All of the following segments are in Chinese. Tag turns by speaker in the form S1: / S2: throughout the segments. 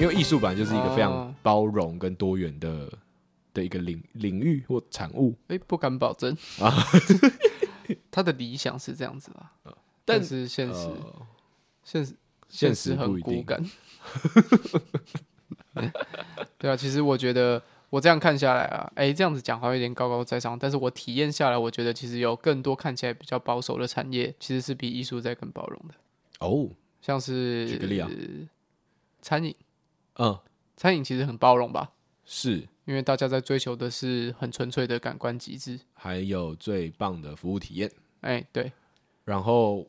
S1: 因为艺术本来就是一个非常
S2: 哦
S1: 包容跟多元的的一个领领域或产物。
S2: 哎、不敢保证
S1: 啊
S2: 他的理想是这样子吧，
S1: 但
S2: 但是现实、
S1: 呃
S2: 现实
S1: 现实
S2: 实
S1: 不
S2: 很
S1: 一
S2: 骨
S1: 定
S2: 感。 对啊，其实我觉得我这样看下来啊，哎、这样子讲好像有点高高在上，但是我体验下来，我觉得其实有更多看起来比较保守的产业，其实是比艺术在更包容的，
S1: 哦，
S2: 像是
S1: 举个例啊，
S2: 餐饮，
S1: 嗯，
S2: 餐饮其实很包容吧，
S1: 是，
S2: 因为大家在追求的是很纯粹的感官极致。
S1: 还有最棒的服务体验，
S2: 哎、对，
S1: 然后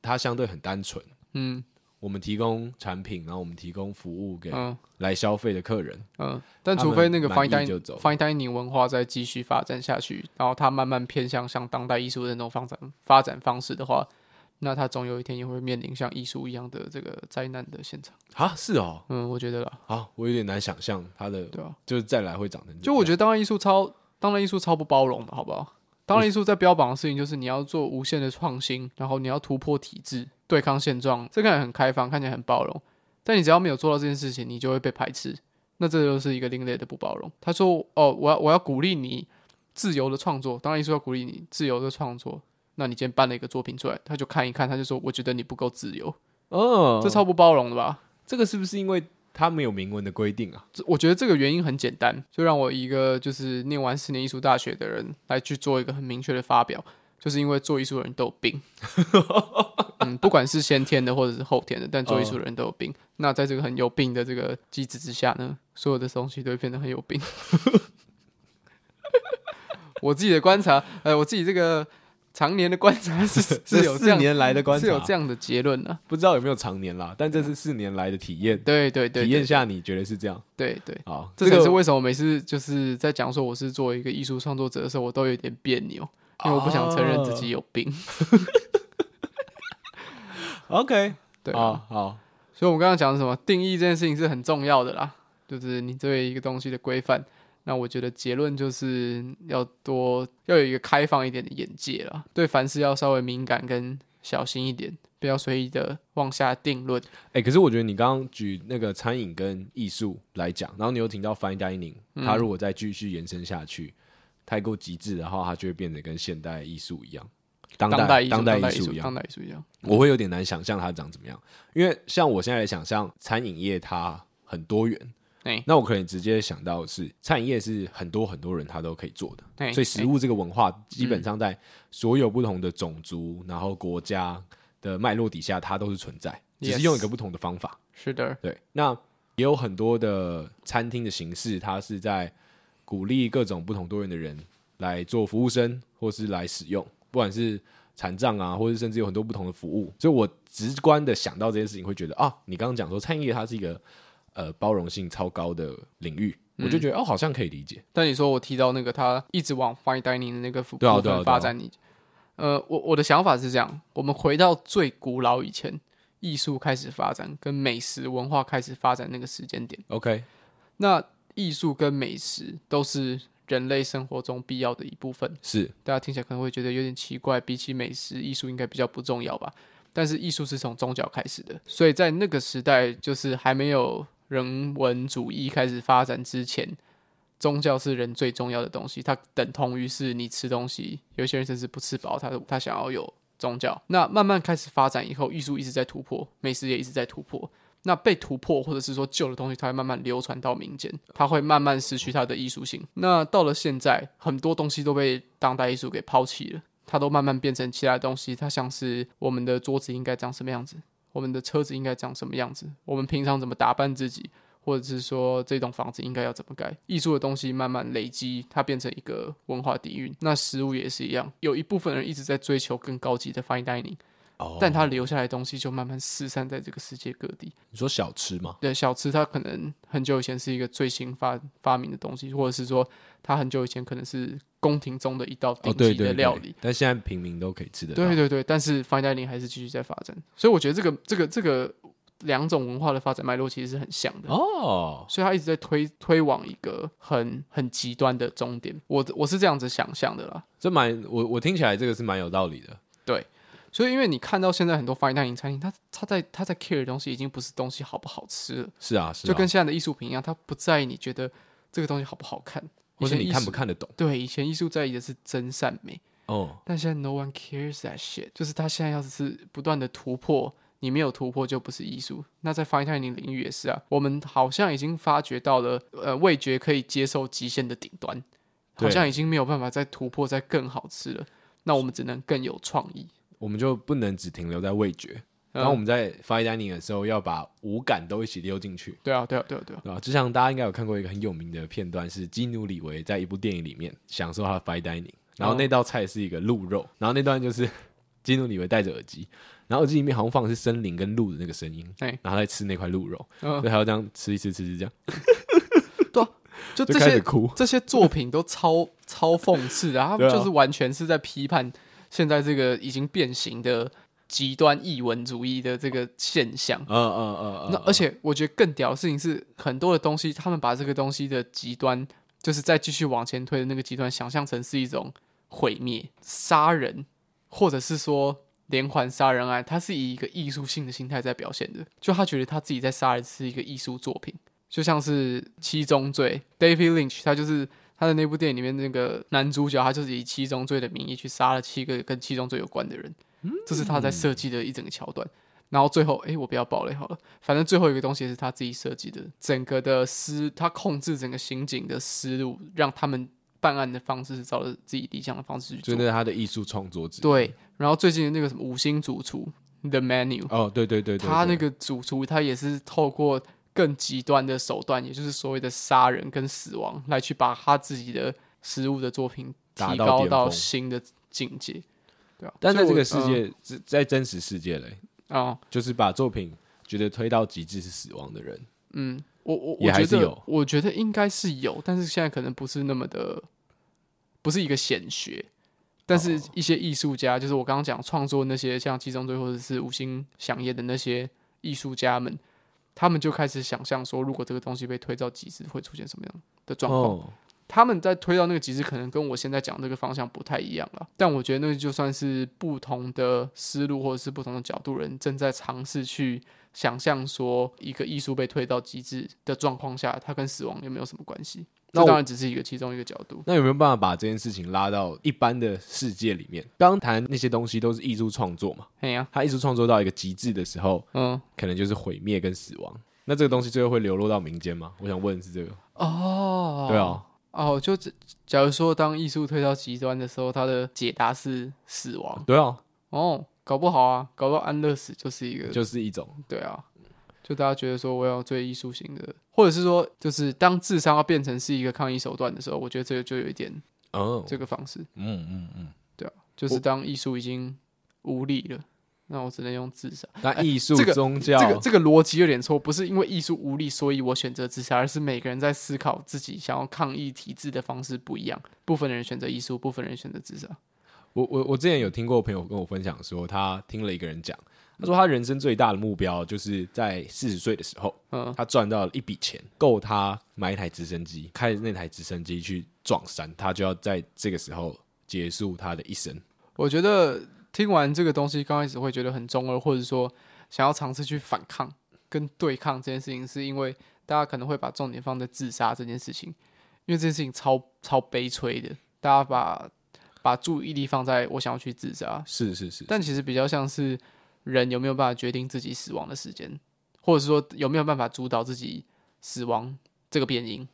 S1: 它相对很单纯，
S2: 嗯
S1: 我们提供产品，然后我们提供服务给
S2: 嗯。
S1: 来消费的客人。
S2: 嗯，但
S1: 他
S2: 除
S1: 们
S2: 非那个
S1: 满
S2: fine
S1: 意就
S2: dining
S1: 走
S2: fine dining 文化再继续发展下去，然后它慢慢偏向像当代艺术的那种发展发展方式的话，那它总有一天也会面临像艺术一样的这个灾难的现场。
S1: 啊，是哦，
S2: 嗯，我觉得啦，
S1: 好，我有点难想象它的
S2: 对啊，
S1: 就是再来会长成这样。
S2: 就我觉得当代艺术超当代艺术超不包容的，好不好？当代艺术在标榜的事情就是你要做无限的创新，然后你要突破体制，对抗现状，这看起来很开放，看起来很包容，但你只要没有做到这件事情，你就会被排斥。那这就是一个另类的不包容。他说：“哦，我要我要鼓励你自由的创作，当然艺术要鼓励你自由的创作。那你今天搬了一个作品出来，他就看一看，他就说我觉得你不够自由，
S1: 哦，
S2: 这超不包容的吧？
S1: 这个是不是因为它没有明文的规定啊？
S2: 这我觉得这个原因很简单，就让我一个就是念完四年艺术大学的人来去做一个很明确的发表，就是因为做艺术的人都有 病。嗯，不管是先天的或者是后天的，但做艺术
S1: 嗯
S2: 的人都有病。那在这个很有病的这个机制之下呢，所有的东西都会变得很有病。 我自己的观察，呃，我自己这个常年的观 察是是有这
S1: 四
S2: 样
S1: 年来的观察，
S2: 是有这样的结论呢、
S1: 不知道有没有常年啦，但这是四年来的体验，
S2: 对对对，
S1: 体验
S2: 对
S1: 下你觉得是这样？
S2: 对对。
S1: 好，
S2: 这才是
S1: 个
S2: 为什么每次就是在讲说我是作为一个艺术创作者的时候，我都有点别扭，
S1: 啊
S2: 因为我不想承认自己有病。
S1: 哦 OK，
S2: 对啊，
S1: 啊，好，
S2: 所以我们刚刚讲的什么定义这件事情是很重要的啦，就是你对一个东西的规范。那我觉得结论就是要多要有一个开放一点的眼界啦，对凡事要稍微敏感跟小心一点，不要随意的妄下定论。
S1: 哎，可是我觉得你刚刚举那个餐饮跟艺术来讲，然后你又提到 fine dining，它
S2: 嗯
S1: 如果再继续延伸下去，太过极致的话，它就会变得跟现代艺术一样，当
S2: 当
S1: 代
S2: 艺术，
S1: 当
S2: 当代
S1: 艺术一样
S2: 当。代艺术一样。
S1: 我会有点难想象它长怎么样，因为像我现在来想象餐饮业它很多元，
S2: 哎
S1: 那我可能直接想到的是餐饮业是很多很多人他都可以做的，
S2: 哎嗯
S1: 所以食物这个文化基本上在所有不同的种族、然后国家的脉络底下，它都是存在，只是
S2: Yes
S1: 用一个不同的方法。
S2: 是的，
S1: 对，那也有很多的餐厅的形式，它是在鼓励各种不同多元的人来做服务生，或是来使用，不管是残障啊，或是甚至有很多不同的服务。所以我直观的想到这件事情，会觉得啊，你刚刚讲说餐饮业它是一个呃包容性超高的领域，
S2: 嗯
S1: 我就觉得哦，好像可以理解。
S2: 但你说我提到那个他一直往 fine dining 的那个部
S1: 对啊
S2: 部
S1: 对啊对
S2: 分
S1: 啊
S2: 发展你，呃，我我的想法是这样：我们回到最古老以前，艺术开始发展跟美食文化开始发展那个时间点，
S1: OK，
S2: 那艺术跟美食都是人类生活中必要的一部分。
S1: 是
S2: 大家听起来可能会觉得有点奇怪，比起美食，艺术应该比较不重要吧？但是艺术是从宗教开始的，所以在那个时代，就是还没有人文主义开始发展之前，宗教是人最重要的东西，它等同于是你吃东西，有些人甚至不吃饱，他他想要有宗教。那慢慢开始发展以后，艺术一直在突破，美食也一直在突破。那被突破，或者是说旧的东西，它会慢慢流传到民间，它会慢慢失去它的艺术性。那到了现在，很多东西都被当代艺术给抛弃了，它都慢慢变成其他东西。它像是我们的桌子应该长什么样子，我们的车子应该长什么样子，我们平常怎么打扮自己，或者是说这栋房子应该要怎么盖。艺术的东西慢慢累积，它变成一个文化底蕴。那食物也是一样，有一部分人一直在追求更高级的 fine dining，
S1: 哦
S2: 但它留下来的东西就慢慢四散在这个世界各地。
S1: 你说小吃吗？
S2: 对，小吃它可能很久以前是一个最新发发明的东西，或者是说它很久以前可能是宫廷中的一道
S1: 哦，
S2: 顶
S1: 对
S2: 级
S1: 对
S2: 的
S1: 对
S2: 料理。
S1: 但现在平民都可以吃得到。
S2: 对对对，但是 fine dining 还是继续在发展，所以我觉得这个这个这个两种文化的发展脉络其实是很像的。
S1: 哦，
S2: 所以他一直在推推往一个很很极端的终点，我我是这样子想象的啦。
S1: 这蛮我我听起来这个是蛮有道理的。
S2: 就是因为你看到现在很多 fine dining 餐厅，它它在它在 care 的东西已经不是东西好不好吃了，
S1: 是啊，是啊，
S2: 就跟现在的艺术品一样，它不在意你觉得这个东西好不好看，
S1: 或是
S2: 以前
S1: 你
S2: 艺
S1: 看
S2: 术
S1: 不看得懂
S2: 对，以前艺术在意的是真善美，
S1: 哦，
S2: 但现在 no one cares that shit，就是他现在要是不断的突破，你没有突破就不是艺术。那在 fine dining 领域也是啊，我们好像已经发掘到了呃味觉可以接受极限的顶端，好
S1: 对
S2: 像已经没有办法再突破再更好吃了。那我们只能更有创意。
S1: 我们就不能只停留在味觉。
S2: 嗯
S1: 然后我们在 fine dining 的时候，要把五感都一起溜进去，
S2: 对啊，对啊，对啊，对啊，
S1: 对吧？就像大家应该有看过一个很有名的片段，是基努里维在一部电影里面享受他的 fine dining，然后那道菜是一个鹿肉，然后那段就是 基努里维戴着耳机，然后耳机里面好像放的是森林跟鹿的那个声音，
S2: 哎
S1: 然后他在吃那块鹿肉，所
S2: 嗯
S1: 以他要这样吃一吃吃一吃这样，
S2: 就
S1: 就
S2: 这
S1: 开始
S2: 些
S1: 哭。
S2: 这些作品都超 超讽刺的啊，他
S1: 对
S2: 们
S1: 啊
S2: 就是完全是在批判现在这个已经变形的极端异文主义的这个现象。
S1: 嗯嗯嗯
S2: 那
S1: 嗯，
S2: 而且我觉得更屌的事情是，很多的东西他们把这个东西的极端，就是再继续往前推的那个极端，想象成是一种毁灭、杀人，或者是说连环杀人案，它是以一个艺术性的心态在表现的。就他觉得他自己在杀人是一个艺术作品，就像是《七宗罪》，David Lynch 他就是。他的那部电影里面，那个男主角他就是以七宗罪的名义去杀了七个跟七宗罪有关的人，这是他在设计的一整个桥段。然后最后，诶，我不要暴雷好了，反正最后一个东西也是他自己设计的，整个的思，他控制整个刑警的思路，让他们办案的方式是照着自己理想的方式去
S1: 就
S2: 做。
S1: 那是他的艺术创作之一
S2: 对，然后最近的那个什么五星主厨 The Menu，
S1: 哦，对对对对，
S2: 他
S1: 对
S2: 那个主厨他也是透过更极端的手段，也就是所谓的杀人跟死亡，来去把他自己的食物的作品
S1: 达
S2: 提
S1: 到
S2: 高
S1: 巅
S2: 到
S1: 峰
S2: 新的境界。对啊，
S1: 但在
S2: 所以
S1: 这
S2: 我
S1: 个世界，在在真实世界嘞，
S2: 嗯哦
S1: 就是把作品觉得推到极致是死亡的人，
S2: 嗯，我我
S1: 也
S2: 我
S1: 还
S2: 觉
S1: 是
S2: 得
S1: 有，
S2: 我觉得应该是有，但是现在可能不是那么的，不是一个显学。但
S1: 哦
S2: 是一些艺术家，就是我刚刚讲创作那些像七宗罪或者是五星响夜的那些艺术家们，他们就开始想象说，如果这个东西被推到极致，会出现什么样的状况？
S1: 哦，
S2: 他们在推到那个极致，可能跟我现在讲这个方向不太一样了。但我觉得那就算是不同的思路或者是不同的角度，人正在尝试去想象说，一个艺术被推到极致的状况下，它跟死亡有没有什么关系？
S1: 那
S2: 这
S1: 我
S2: 当然只是一个其中一个角度。
S1: 那有没有办法把这件事情拉到一般的世界里面？刚谈那些东西都是艺术创作嘛，
S2: 哎呀、
S1: 他艺术创作到一个极致的时候，
S2: 嗯，
S1: 可能就是毁灭跟死亡。那这个东西最后会流落到民间吗？我想问的是这个，
S2: 哦，
S1: 对，啊，
S2: 哦，就这假如说当艺术推到极端的时候，它的解答是死亡，
S1: 对啊，
S2: 哦，搞不好啊，搞不好安乐死就是一个
S1: 就是一种
S2: 对啊，就大家觉得说我要最艺术型的，或者是说，就是当智商要变成是一个抗议手段的时候，我觉得这个就有一点
S1: 哦，
S2: 这个方式，啊
S1: 嗯嗯嗯。
S2: 就是当艺术已经无力了，那我只能用自杀。
S1: 那艺术
S2: 哎这个
S1: 宗教
S2: 这个这个逻辑有点错，不是因为艺术无力，所以我选择自杀，而是每个人在思考自己想要抗议体制的方式不一样。部分人选择艺术，部分人选择自杀。
S1: 我我我之前有听过朋友跟我分享说，他听了一个人讲，他说他人生最大的目标就是在四十岁的时候，
S2: 嗯
S1: 他赚到了一笔钱，够他买一台直升机，开着那台直升机去撞山，他就要在这个时候结束他的一生。
S2: 我觉得听完这个东西，刚开始会觉得很中二，或者说想要尝试去反抗跟对抗这件事情，是因为大家可能会把重点放在自杀这件事情，因为这件事情超超悲催的，大家把把注意力放在我想要去自杀，
S1: 是是是，
S2: 但其实比较像是人有没有办法决定自己死亡的时间，或者是说有没有办法主导自己死亡这个变因。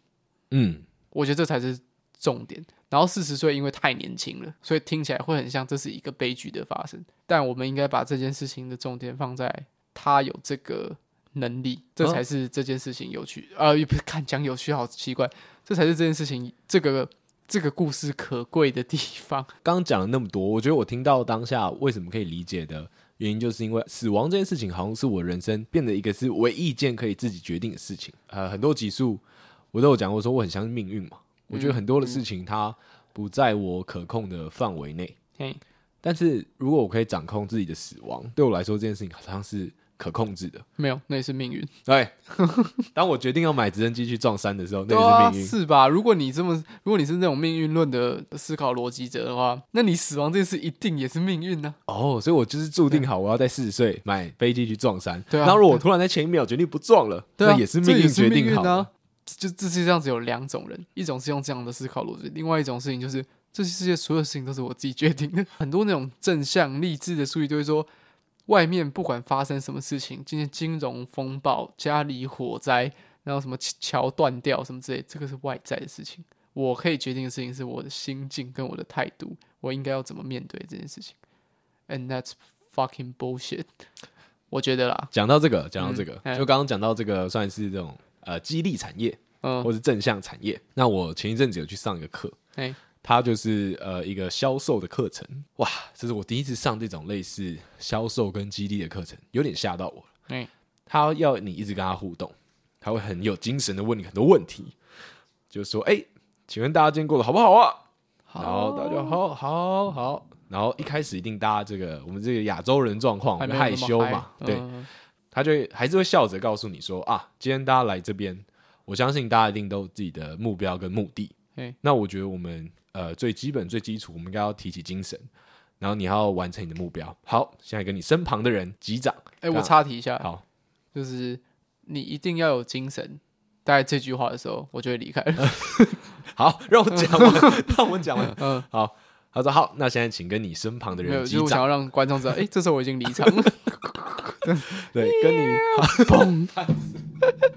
S1: 嗯，
S2: 我觉得这才是重点。然后四十岁因为太年轻了，所以听起来会很像这是一个悲剧的发生。但我们应该把这件事情的重点放在他有这个能力，
S1: 嗯
S2: 这才是这件事情有趣。呃，也不是看讲有趣好奇怪，这才是这件事情这个这个故事可贵的地方。
S1: 刚讲了那么多，我觉得我听到当下为什么可以理解的原因，就是因为死亡这件事情好像是我人生变得一个是唯一一件可以自己决定的事情。呃，很多集数我都有讲过，说我很相信命运嘛，我觉得很多的事情它不在我可控的范围内。
S2: 嘿，
S1: 但是如果我可以掌控自己的死亡，对我来说这件事情好像是可控制的。
S2: 没有，那也是命运。
S1: 对， 当我决定要买直升机去撞山的时候，
S2: 对
S1: 那
S2: 啊，
S1: 也是命运。
S2: 是吧？如果你这么，如果你是那种命运论的思考逻辑者的话，那你死亡这件事一定也是命运啊呢、
S1: 哦，所以我就是注定好，我要在四十岁买飞机去撞山。
S2: 对啊
S1: 然后如果我突然在前一秒决定不撞了，
S2: 对啊，
S1: 那也是
S2: 这
S1: 命运决
S2: 命
S1: 定好
S2: 运
S1: 的。
S2: 啊。就这世界上只有两种人，一种是用这样的思考逻辑，另外一种事情就是这世界所有事情都是我自己决定的。 很多那种正向励志的书籍都会说，外面不管发生什么事情，今天金融风暴、家里火灾，然后什么桥桥断掉什么之类，这个是外在的事情。我可以决定的事情是我的心境跟我的态度，我应该要怎么面对这件事情。And that's fucking bullshit。我觉得啦，
S1: 讲到这个，讲到这个，
S2: 嗯
S1: 就刚刚讲到这个，算是这种呃激励产业
S2: 嗯，
S1: 或是正向产业。那我前一阵子有去上一个课，
S2: 哎、
S1: 它就是呃一个销售的课程。哇，这是我第一次上这种类似销售跟激励的课程，有点吓到我了。
S2: 哎、
S1: 他要你一直跟他互动，他会很有精神的问你很多问题，就说：“哎、请问大家今天过得好不好啊？”
S2: 好
S1: 然后大家就好好好，然后一开始一定大家这个我们这个亚洲人状况，我
S2: 还
S1: 们哦
S2: 没
S1: 害羞嘛，对，
S2: 嗯
S1: 他就会还是会笑着告诉你说啊，今天大家来这边，我相信大家一定都有自己的目标跟目的
S2: 嘿。
S1: 那我觉得我们呃最基本最基础，我们应该要提起精神，然后你要完成你的目标。好，现在跟你身旁的人击掌。
S2: 哎、
S1: 干
S2: 我插题一下，
S1: 啊好，
S2: 就是你一定要有精神。大概这句话的时候，我就会离开 了。
S1: 好，让我讲 完， 让我讲完。
S2: 嗯，
S1: 好，他说好，那现在请跟你身旁的
S2: 没有，
S1: 人
S2: 就
S1: 击
S2: 是我想
S1: 掌。
S2: 要让观众知道，哎、这时候我已经离场了。
S1: 对，跟你
S2: 砰！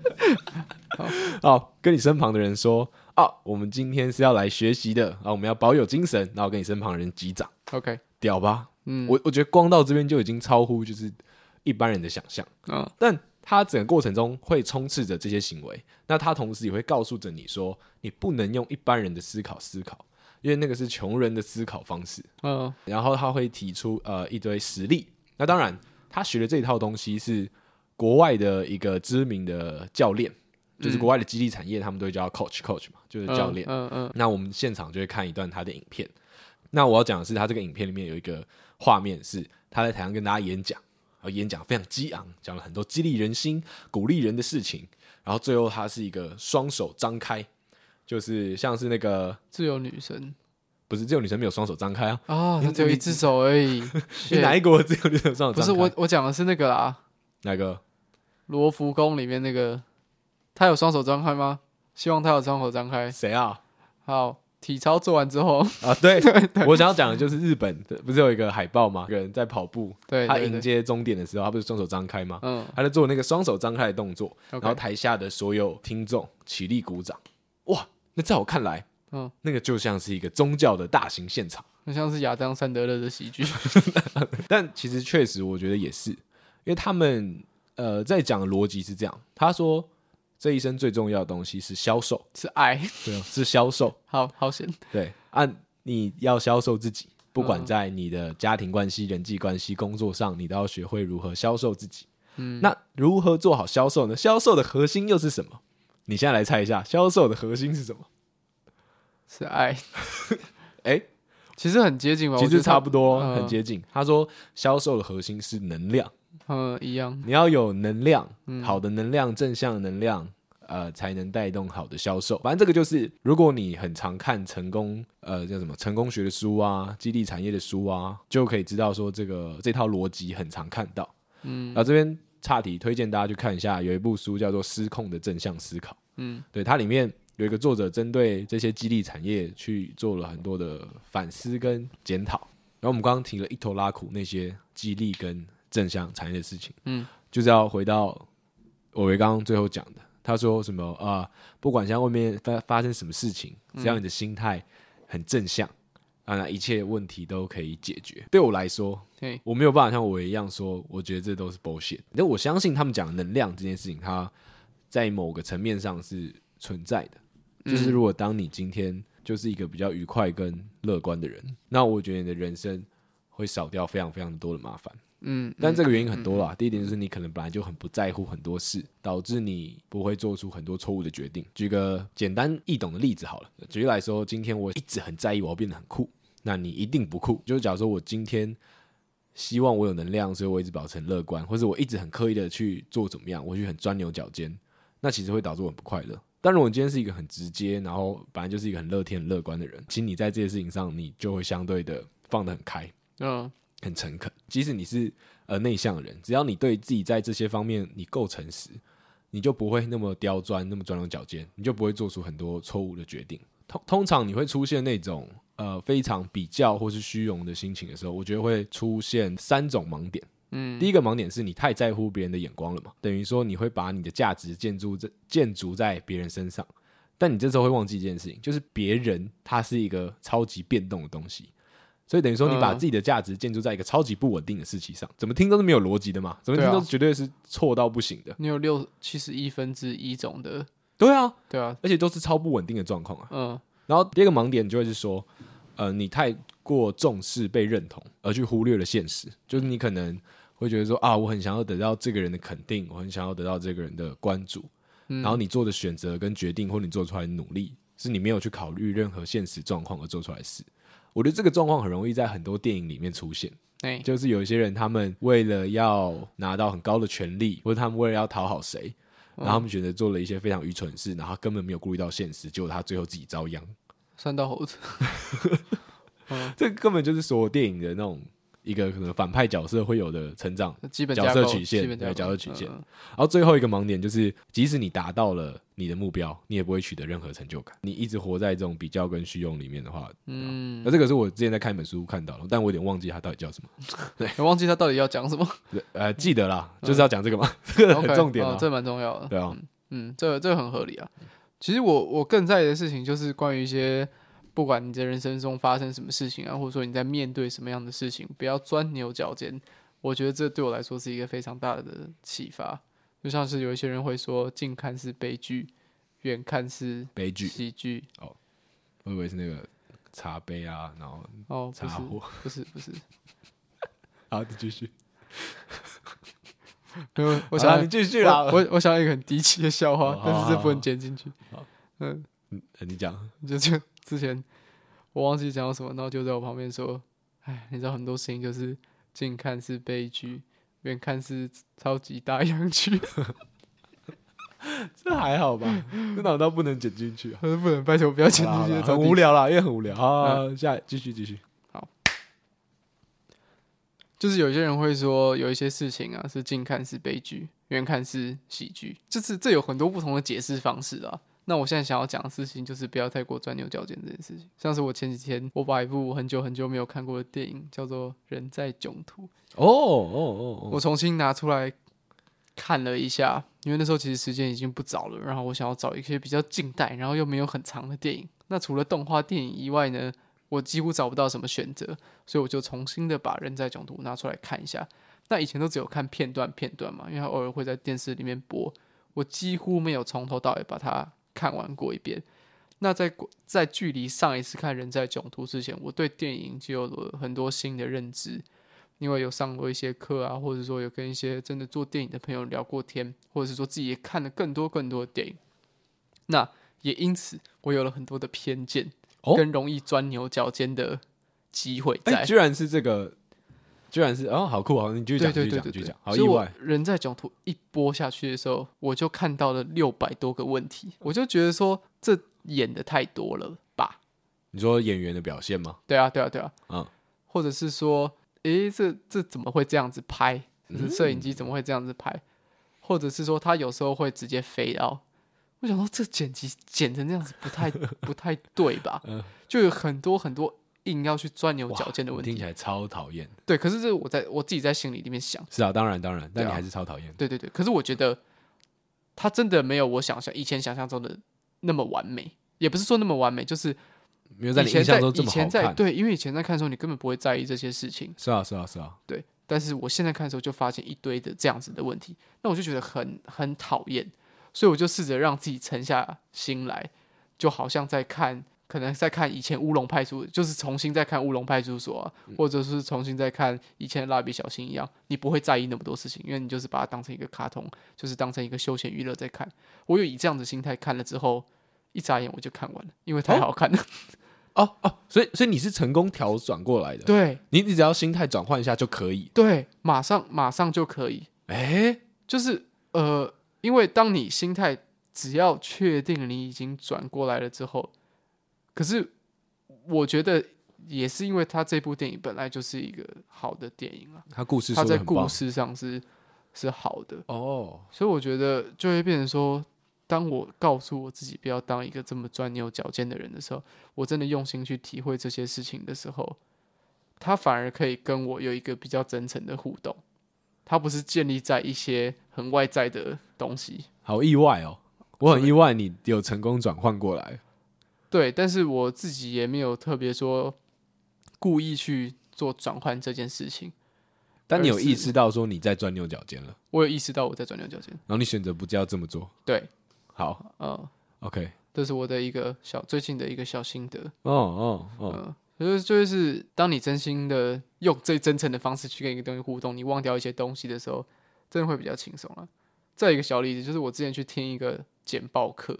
S1: 哦，跟你身旁的人说啊，我们今天是要来学习的啊，我们要保有精神，然后跟你身旁的人击掌，
S2: OK，
S1: 屌吧？
S2: 嗯，
S1: 我我觉得光到这边就已经超乎就是一般人的想象，
S2: 嗯，
S1: 但他整个过程中会充斥着这些行为，那他同时也会告诉着你说，你不能用一般人的思考思考，因为那个是穷人的思考方式。
S2: 嗯，
S1: 然后他会提出呃一堆实例。那当然，他学的这套东西是国外的一个知名的教练，就是国外的激励产业，他们都会叫 coach coach 嘛，就是教练。
S2: 嗯嗯，
S1: 那我们现场就会看一段他的影片。那我要讲的是，他这个影片里面有一个画面是他在台上跟大家演讲，然后演讲非常激昂，讲了很多激励人心、鼓励人的事情。然后最后他是一个双手张开，就是像是那个
S2: 自由女神
S1: 不是这种女生没有双手张开啊，
S2: 啊，
S1: 你
S2: 她只有一只手 而已。
S1: 你
S2: Shit
S1: 哪一国只有女生双手张开？啊
S2: 不是我，我讲的是那个啦，
S1: 哪个？
S2: 罗浮宫里面那个，他有双手张开吗？希望他有双手张开。
S1: 谁啊？
S2: 好，体操做完之后，
S1: 啊， 对，我想要讲的就是日本的，不是有一个海报吗？有个人在跑步，
S2: 对，
S1: 他
S2: 对
S1: 迎，
S2: 对
S1: 接终点的时候，他不是双手张开吗？
S2: 嗯
S1: 他在做那个双手张开的动作，然后
S2: ，OK，
S1: 台下的所有听众起立鼓掌。哇，那在我看来，
S2: 嗯，
S1: 那个就像是一个宗教的大型现场。
S2: 很像是亚当·山德勒的喜剧。
S1: 但其实确实，我觉得也是，因为他们呃在讲的逻辑是这样，他说这一生最重要的东西是销售，
S2: 是爱，
S1: 对、啊是销售，
S2: 好好险，
S1: 对，嗯按、啊你要销售自己，不管在你的家庭关系、人际关系、工作上，你都要学会如何销售自己。嗯，那如何做好销售呢？销售的核心又是什么？你现在来猜一下，销售的核心是什么？
S2: 是爱，
S1: 哎、
S2: 其实很接近吧？
S1: 其实差不
S2: 多，
S1: 多，
S2: 嗯
S1: 很接近。他说，销售的核心是能量，
S2: 嗯，一样，
S1: 你要有能量，好的能量，正向能量。呃，才能带动好的销售。反正这个就是，如果你很常看成功，呃，叫什么成功学的书啊，激励产业的书啊，就可以知道说这个这套逻辑很常看到。嗯，然后这边岔题，推荐大家去看一下，有一部书叫做《失控的正向思考》。
S2: 嗯，
S1: 对，它里面有一个作者针对这些激励产业去做了很多的反思跟检讨。然后我们刚刚提了一头拉苦那些激励跟正向产业的事情，
S2: 嗯，
S1: 就是要回到我为刚刚最后讲的，他说什么啊、呃不管现在外面发发生什么事情，只要你的心态很正向，啊，那一切问题都可以解决。对我来说，
S2: 嘿，
S1: 我没有办法像我一样说，我觉得这都是 bullshit。但我相信他们讲的能量这件事情，它在某个层面上是存在的。就是如果当你今天就是一个比较愉快跟乐观的人，那我觉得你的人生会少掉非常非常多的麻烦。
S2: 嗯，
S1: 但这个原因很多啦。第一点就是你可能本来就很不在乎很多事，导致你不会做出很多错误的决定。举个简单易懂的例子好了，举例来说，今天我一直很在意我要变得很酷，那你一定不酷。就是假如说我今天希望我有能量，所以我一直保持乐观，或者我一直很刻意的去做怎么样，我去很钻牛角尖，那其实会导致我很不快乐。但如果你今天是一个很直接，然后本来就是一个很乐天、很乐观的人，其实你在这些事情上，你就会相对的放得很开。
S2: 嗯，
S1: 很诚恳。即使你是呃内向的人，只要你对自己在这些方面你够诚实，你就不会那么刁钻、那么钻牛角尖，你就不会做出很多错误的决定。通通常你会出现那种呃非常比较或是虚荣的心情的时候，我觉得会出现三种盲点。嗯，第一个盲点是你太在乎别人的眼光了嘛，等于说你会把你的价值建筑在建筑在别人身上，但你这时候会忘记一件事情，就是别人他是一个超级变动的东西，所以等于说你把
S2: 嗯
S1: 自己的价值建筑在一个超级不稳定的事情上，怎么听都是没有逻辑的嘛，怎么听
S2: 对啊
S1: 都绝对是错到不行的。
S2: 你有六七十一分之一种的，
S1: 对啊，
S2: 对啊，
S1: 而且都是超不稳定的状况啊。
S2: 嗯
S1: 然后第二个盲点就会是说，呃，你太过重视被认同，而去忽略了现实，就是你可能会觉得说啊，我很想要得到这个人的肯定，我很想要得到这个人的关注，
S2: 嗯
S1: 然后你做的选择跟决定，或你做出来的努力，是你没有去考虑任何现实状况而做出来的事。我觉得这个状况很容易在很多电影里面出现，
S2: 哎、
S1: 就是有一些人，他们为了要拿到很高的权利，或者他们为了要讨好谁，然后
S2: 嗯
S1: 他们觉得做了一些非常愚蠢的事，然后根本没有顾虑到现实，结果他最后自己遭殃。
S2: 三道猴子，
S1: 这根本就是所有电影的那种一个可能反派角色会有的成长。
S2: 基本
S1: 角
S2: 架
S1: 色
S2: 构
S1: 曲线
S2: 基本
S1: 对
S2: 架
S1: 角
S2: 构
S1: 色曲线
S2: 嗯
S1: 然后最后一个盲点就是，即使你达到了你的目标，你也不会取得任何成就感。你一直活在这种比较跟虚荣里面的话，啊
S2: 嗯，
S1: 那这个是我之前在看一本书看到的，但我有点忘记它到底叫什么。
S2: 我忘记他到底 要讲什么
S1: 对呃，记得啦，就是要讲这个嘛， 这个很
S2: ，OK，
S1: 重点
S2: 哦
S1: 啊。
S2: 这蛮重要的。
S1: 对啊，
S2: 嗯，这这很合理啊。其实我我更在意的事情就是关于一些，不管你在人生中发生什么事情啊，或者说你在面对什么样的事情，不要钻牛角尖。我觉得这对我来说是一个非常大的启发。就像是有一些人会说，近看是悲剧，远看是
S1: 悲剧，
S2: 喜剧。
S1: 我以为是那个茶杯啊，然后
S2: 哦，
S1: 茶壶。
S2: 不是，不是，不是。
S1: 好，你继续。
S2: 没有，
S1: 好
S2: 我想
S1: 啦
S2: 到
S1: 你继续啦。
S2: 我我我想到一个很低级的笑话
S1: 哦，
S2: 但是这
S1: 好
S2: 不
S1: 好
S2: 能剪进去。嗯，
S1: 呃你讲，
S2: 就就之前我忘记讲到什么，然后就在我旁边说：“哎，你知道很多事情就是近看是悲剧，远看是超级大洋 剧，
S1: 这还好 吧？这难道不能剪进去啊？
S2: 可是不能拜托不要剪 进
S1: 好啦
S2: 去，
S1: 好啦很无。聊啦，因为很无聊啊。下继续继续。”
S2: 就是有些人会说，有一些事情啊是近看是悲剧，远看是喜剧，就是这有很多不同的解释方式啊。那我现在想要讲的事情就是不要太过钻牛角尖这件事情。像是我前几天我把一部很久很久没有看过的电影叫做《人在囧途》，
S1: 哦哦哦
S2: 我重新拿出来看了一下，因为那时候其实时间已经不早了，然后我想要找一些比较近代，然后又没有很长的电影。那除了动画电影以外呢，我几乎找不到什么选择，所以我就重新的把《人在囧途》拿出来看一下。那以前都只有看片段片段嘛，因为它偶尔会在电视里面播，我几乎没有从头到尾把它看完过一遍。那在过在距离上一次看《人在囧途》之前，我对电影就有了很多新的认知。因为有上过一些课啊，或者说有跟一些真的做电影的朋友聊过天，或者是说自己也看了更多更多的电影，那也因此我有了很多的偏见，
S1: 哦
S2: 跟容易钻牛角尖的机会在。
S1: 哎，居然是这个，居然是哦，好酷哦！你继续
S2: 对
S1: 讲，继续
S2: 对对
S1: 讲，
S2: 对
S1: 继续
S2: 对
S1: 讲，，好
S2: 所
S1: 意
S2: 以我
S1: 外。
S2: 人在囧途一播下去的时候，我就看到了六百多个问题，我就觉得说这演的太多了吧？
S1: 你说演员的表现吗？
S2: 对啊，对啊，对啊，
S1: 嗯，
S2: 或者是说，诶，这这怎么会这样子拍？
S1: 嗯
S2: 摄影机怎么会这样子拍？或者是说，他有时候会直接飞到。我想说，这剪辑剪成那样子不 太不太对吧？
S1: 嗯
S2: 就有很多很多硬要去钻牛角尖的
S1: 我
S2: 问
S1: 听起
S2: 题。
S1: 来超讨厌。
S2: 对，可是这我在我自己在心里里面想，
S1: 是啊，当然当然，但
S2: 对
S1: 你
S2: 啊
S1: 还是超讨厌。
S2: 对对对，可是我觉得他真的没有我想象以前想象中的那么完美，也不是说那么完美，就是
S1: 没有在
S2: 以
S1: 你
S2: 前
S1: 印
S2: 在
S1: 象中这
S2: 以
S1: 么
S2: 前
S1: 好
S2: 在
S1: 看。
S2: 对，因为以前在看的时候，你根本不会在意这些事情。
S1: 是啊是啊是啊，
S2: 对，但是我现在看的时候就发现一堆的这样子的问题，那我就觉得很很讨厌，所以我就试着让自己沉下心来，就好像在看，可能在看以前乌龙派出，就是重新在看乌龙派出所、啊，或者是重新在看以前的蜡笔小新一样，你不会在意那么多事情，因为你就是把它当成一个卡通，就是当成一个休闲娱乐在看。我有以这样的心态看了之后，一眨眼我就看完了，因为太
S1: 哦
S2: 好看了。
S1: 哦哦，所以所以你是成功调转过来的，
S2: 对
S1: 你你只要心态转换一下就可以。
S2: 对，马上马上就可以，
S1: 哎、
S2: 就是呃，因为当你心态只要确定你已经转过来了之后，可是我觉得也是因为他这部电影本来就是一个好的电影啊，
S1: 他故事
S2: 他
S1: 说的
S2: 在
S1: 很
S2: 故
S1: 棒
S2: 事上是是好的，
S1: 哦，
S2: 所以我觉得就会变成说，当我告诉我自己不要当一个这么钻牛角尖的人的时候，我真的用心去体会这些事情的时候，他反而可以跟我有一个比较真诚的互动。他不是建立在一些很外在的东西，
S1: 好意外哦，我很意外你有成功转换过来。
S2: 对，但是我自己也没有特别说故意去做转换这件事情。
S1: 但你有
S2: 而
S1: 意
S2: 是
S1: 识到说你在钻牛角尖了，
S2: 我有意识到我在钻牛角尖，
S1: 然后你选择不要这么做。
S2: 对，
S1: 好
S2: 呃，
S1: ，OK，
S2: 这是我的一个小最近的一个小心得。
S1: 哦哦哦，
S2: 嗯，就是就是，当你真心的用最真诚的方式去跟一个东西互动，你忘掉一些东西的时候，真的会比较轻松了。再有一个小例子，就是我之前去听一个简报课，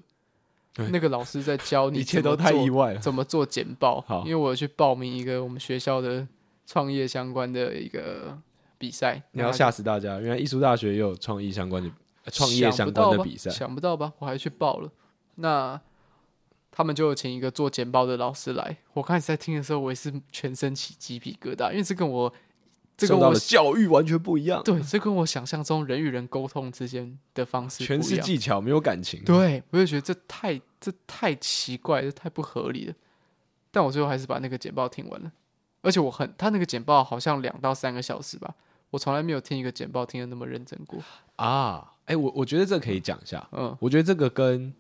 S2: 那个老师在 教你
S1: 哎一切都
S2: 怎么
S1: 太
S2: 做
S1: 意外 了。
S2: 怎么做简报
S1: 好。
S2: 因为我有去报名一个我们学校的创业相关的一个比赛，
S1: 你要
S2: 那
S1: 吓死大家！原来艺术大学也有创意相关的呃创业
S2: 想
S1: 相
S2: 不
S1: 关
S2: 到
S1: 的
S2: 吧
S1: 比赛。
S2: 想不到吧？我还去报了。那他们就有请一个做简报的老师来。我开始在听的时候，我也是全身起鸡皮疙瘩，因为这跟我这跟
S1: 受到
S2: 我
S1: 的教育完全不一样，
S2: 对这跟我想象中人与人沟通之间的方式
S1: 全
S2: 不一
S1: 是
S2: 样。
S1: 技巧，没有感情。
S2: 对，我就觉得这太这太奇怪，这太不合理了。但我最后还是把那个简报听完了，而且我很他那个简报好像两到三个小时吧，我从来没有听一个简报听的那么认真过。
S1: 啊，哎、我我觉得这可以讲一下。
S2: 嗯
S1: 我觉得这个跟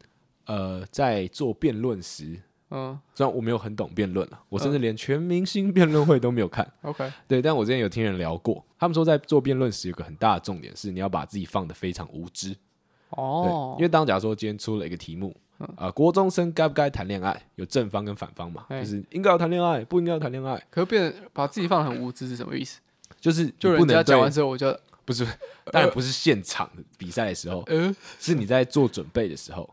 S1: 呃，在做辩论时，
S2: 嗯
S1: 虽然我没有很懂辩论了，啊我甚至连全明星辩论会都没有看，
S2: ，OK，
S1: 对，但我之前有听人聊过，他们说在做辩论时有个很大的重点是你要把自己放得非常无知。
S2: 哦嗯
S1: 对，，因为当假如说今天出了一个题目，啊，国中生该不该谈恋爱？有正方跟反方嘛，
S2: 哎
S1: 就是应该要谈恋爱，不应该要谈恋爱，
S2: 可是变得把自己放得很无知是什么意思？
S1: 就是
S2: 就
S1: 你不
S2: 人
S1: 能
S2: 家讲
S1: 对
S2: 完之后，我就
S1: 不是，当然不是现场的比赛的时候，
S2: 呃
S1: 是你在做准备的时候，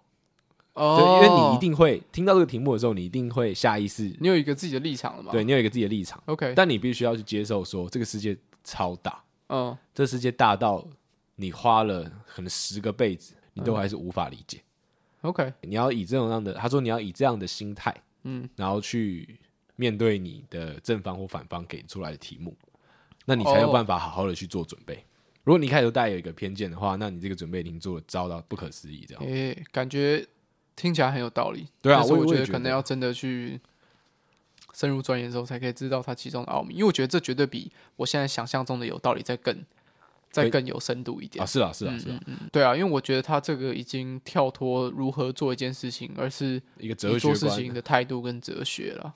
S1: 对，
S2: 哦
S1: 因，为你一定会听到这个题目的时候，你一定会下意识，
S2: 你有一个自己的立场了嘛？
S1: 对你有一个自己的立场，
S2: ，OK，
S1: 但你必须要去接受说这个世界超大，
S2: 嗯，
S1: 这世界大到你花了可能十个辈子，你都还是无法理解。
S2: OK，
S1: 你要以这种样的，他说你要以这样的心态，
S2: 嗯，
S1: 然后去面对你的正方或反方给出来的题目，那你才有
S2: 哦
S1: 办法好好的去做准备。如果你一开始就带有一个偏见的话，那你这个准备已经做的糟到不可思议，这样。
S2: 诶、感觉听起来很有道理。
S1: 对啊
S2: 但是
S1: 我也
S2: 我
S1: 我也
S2: 得
S1: 觉
S2: 可能
S1: 得
S2: 要真的去深入钻研之后，才可以知道它其中的奥秘。因为我觉得这绝对比我现在想象中的有道理再更再
S1: 对
S2: 更有深度一点
S1: 啊，。是啊，是啊，是啊，
S2: 对啊，因为我觉得他这个已经跳脱如何做一件事情，而是
S1: 一个哲
S2: 你
S1: 学
S2: 做事
S1: 观、啊
S2: 情嗯的态度跟哲学了。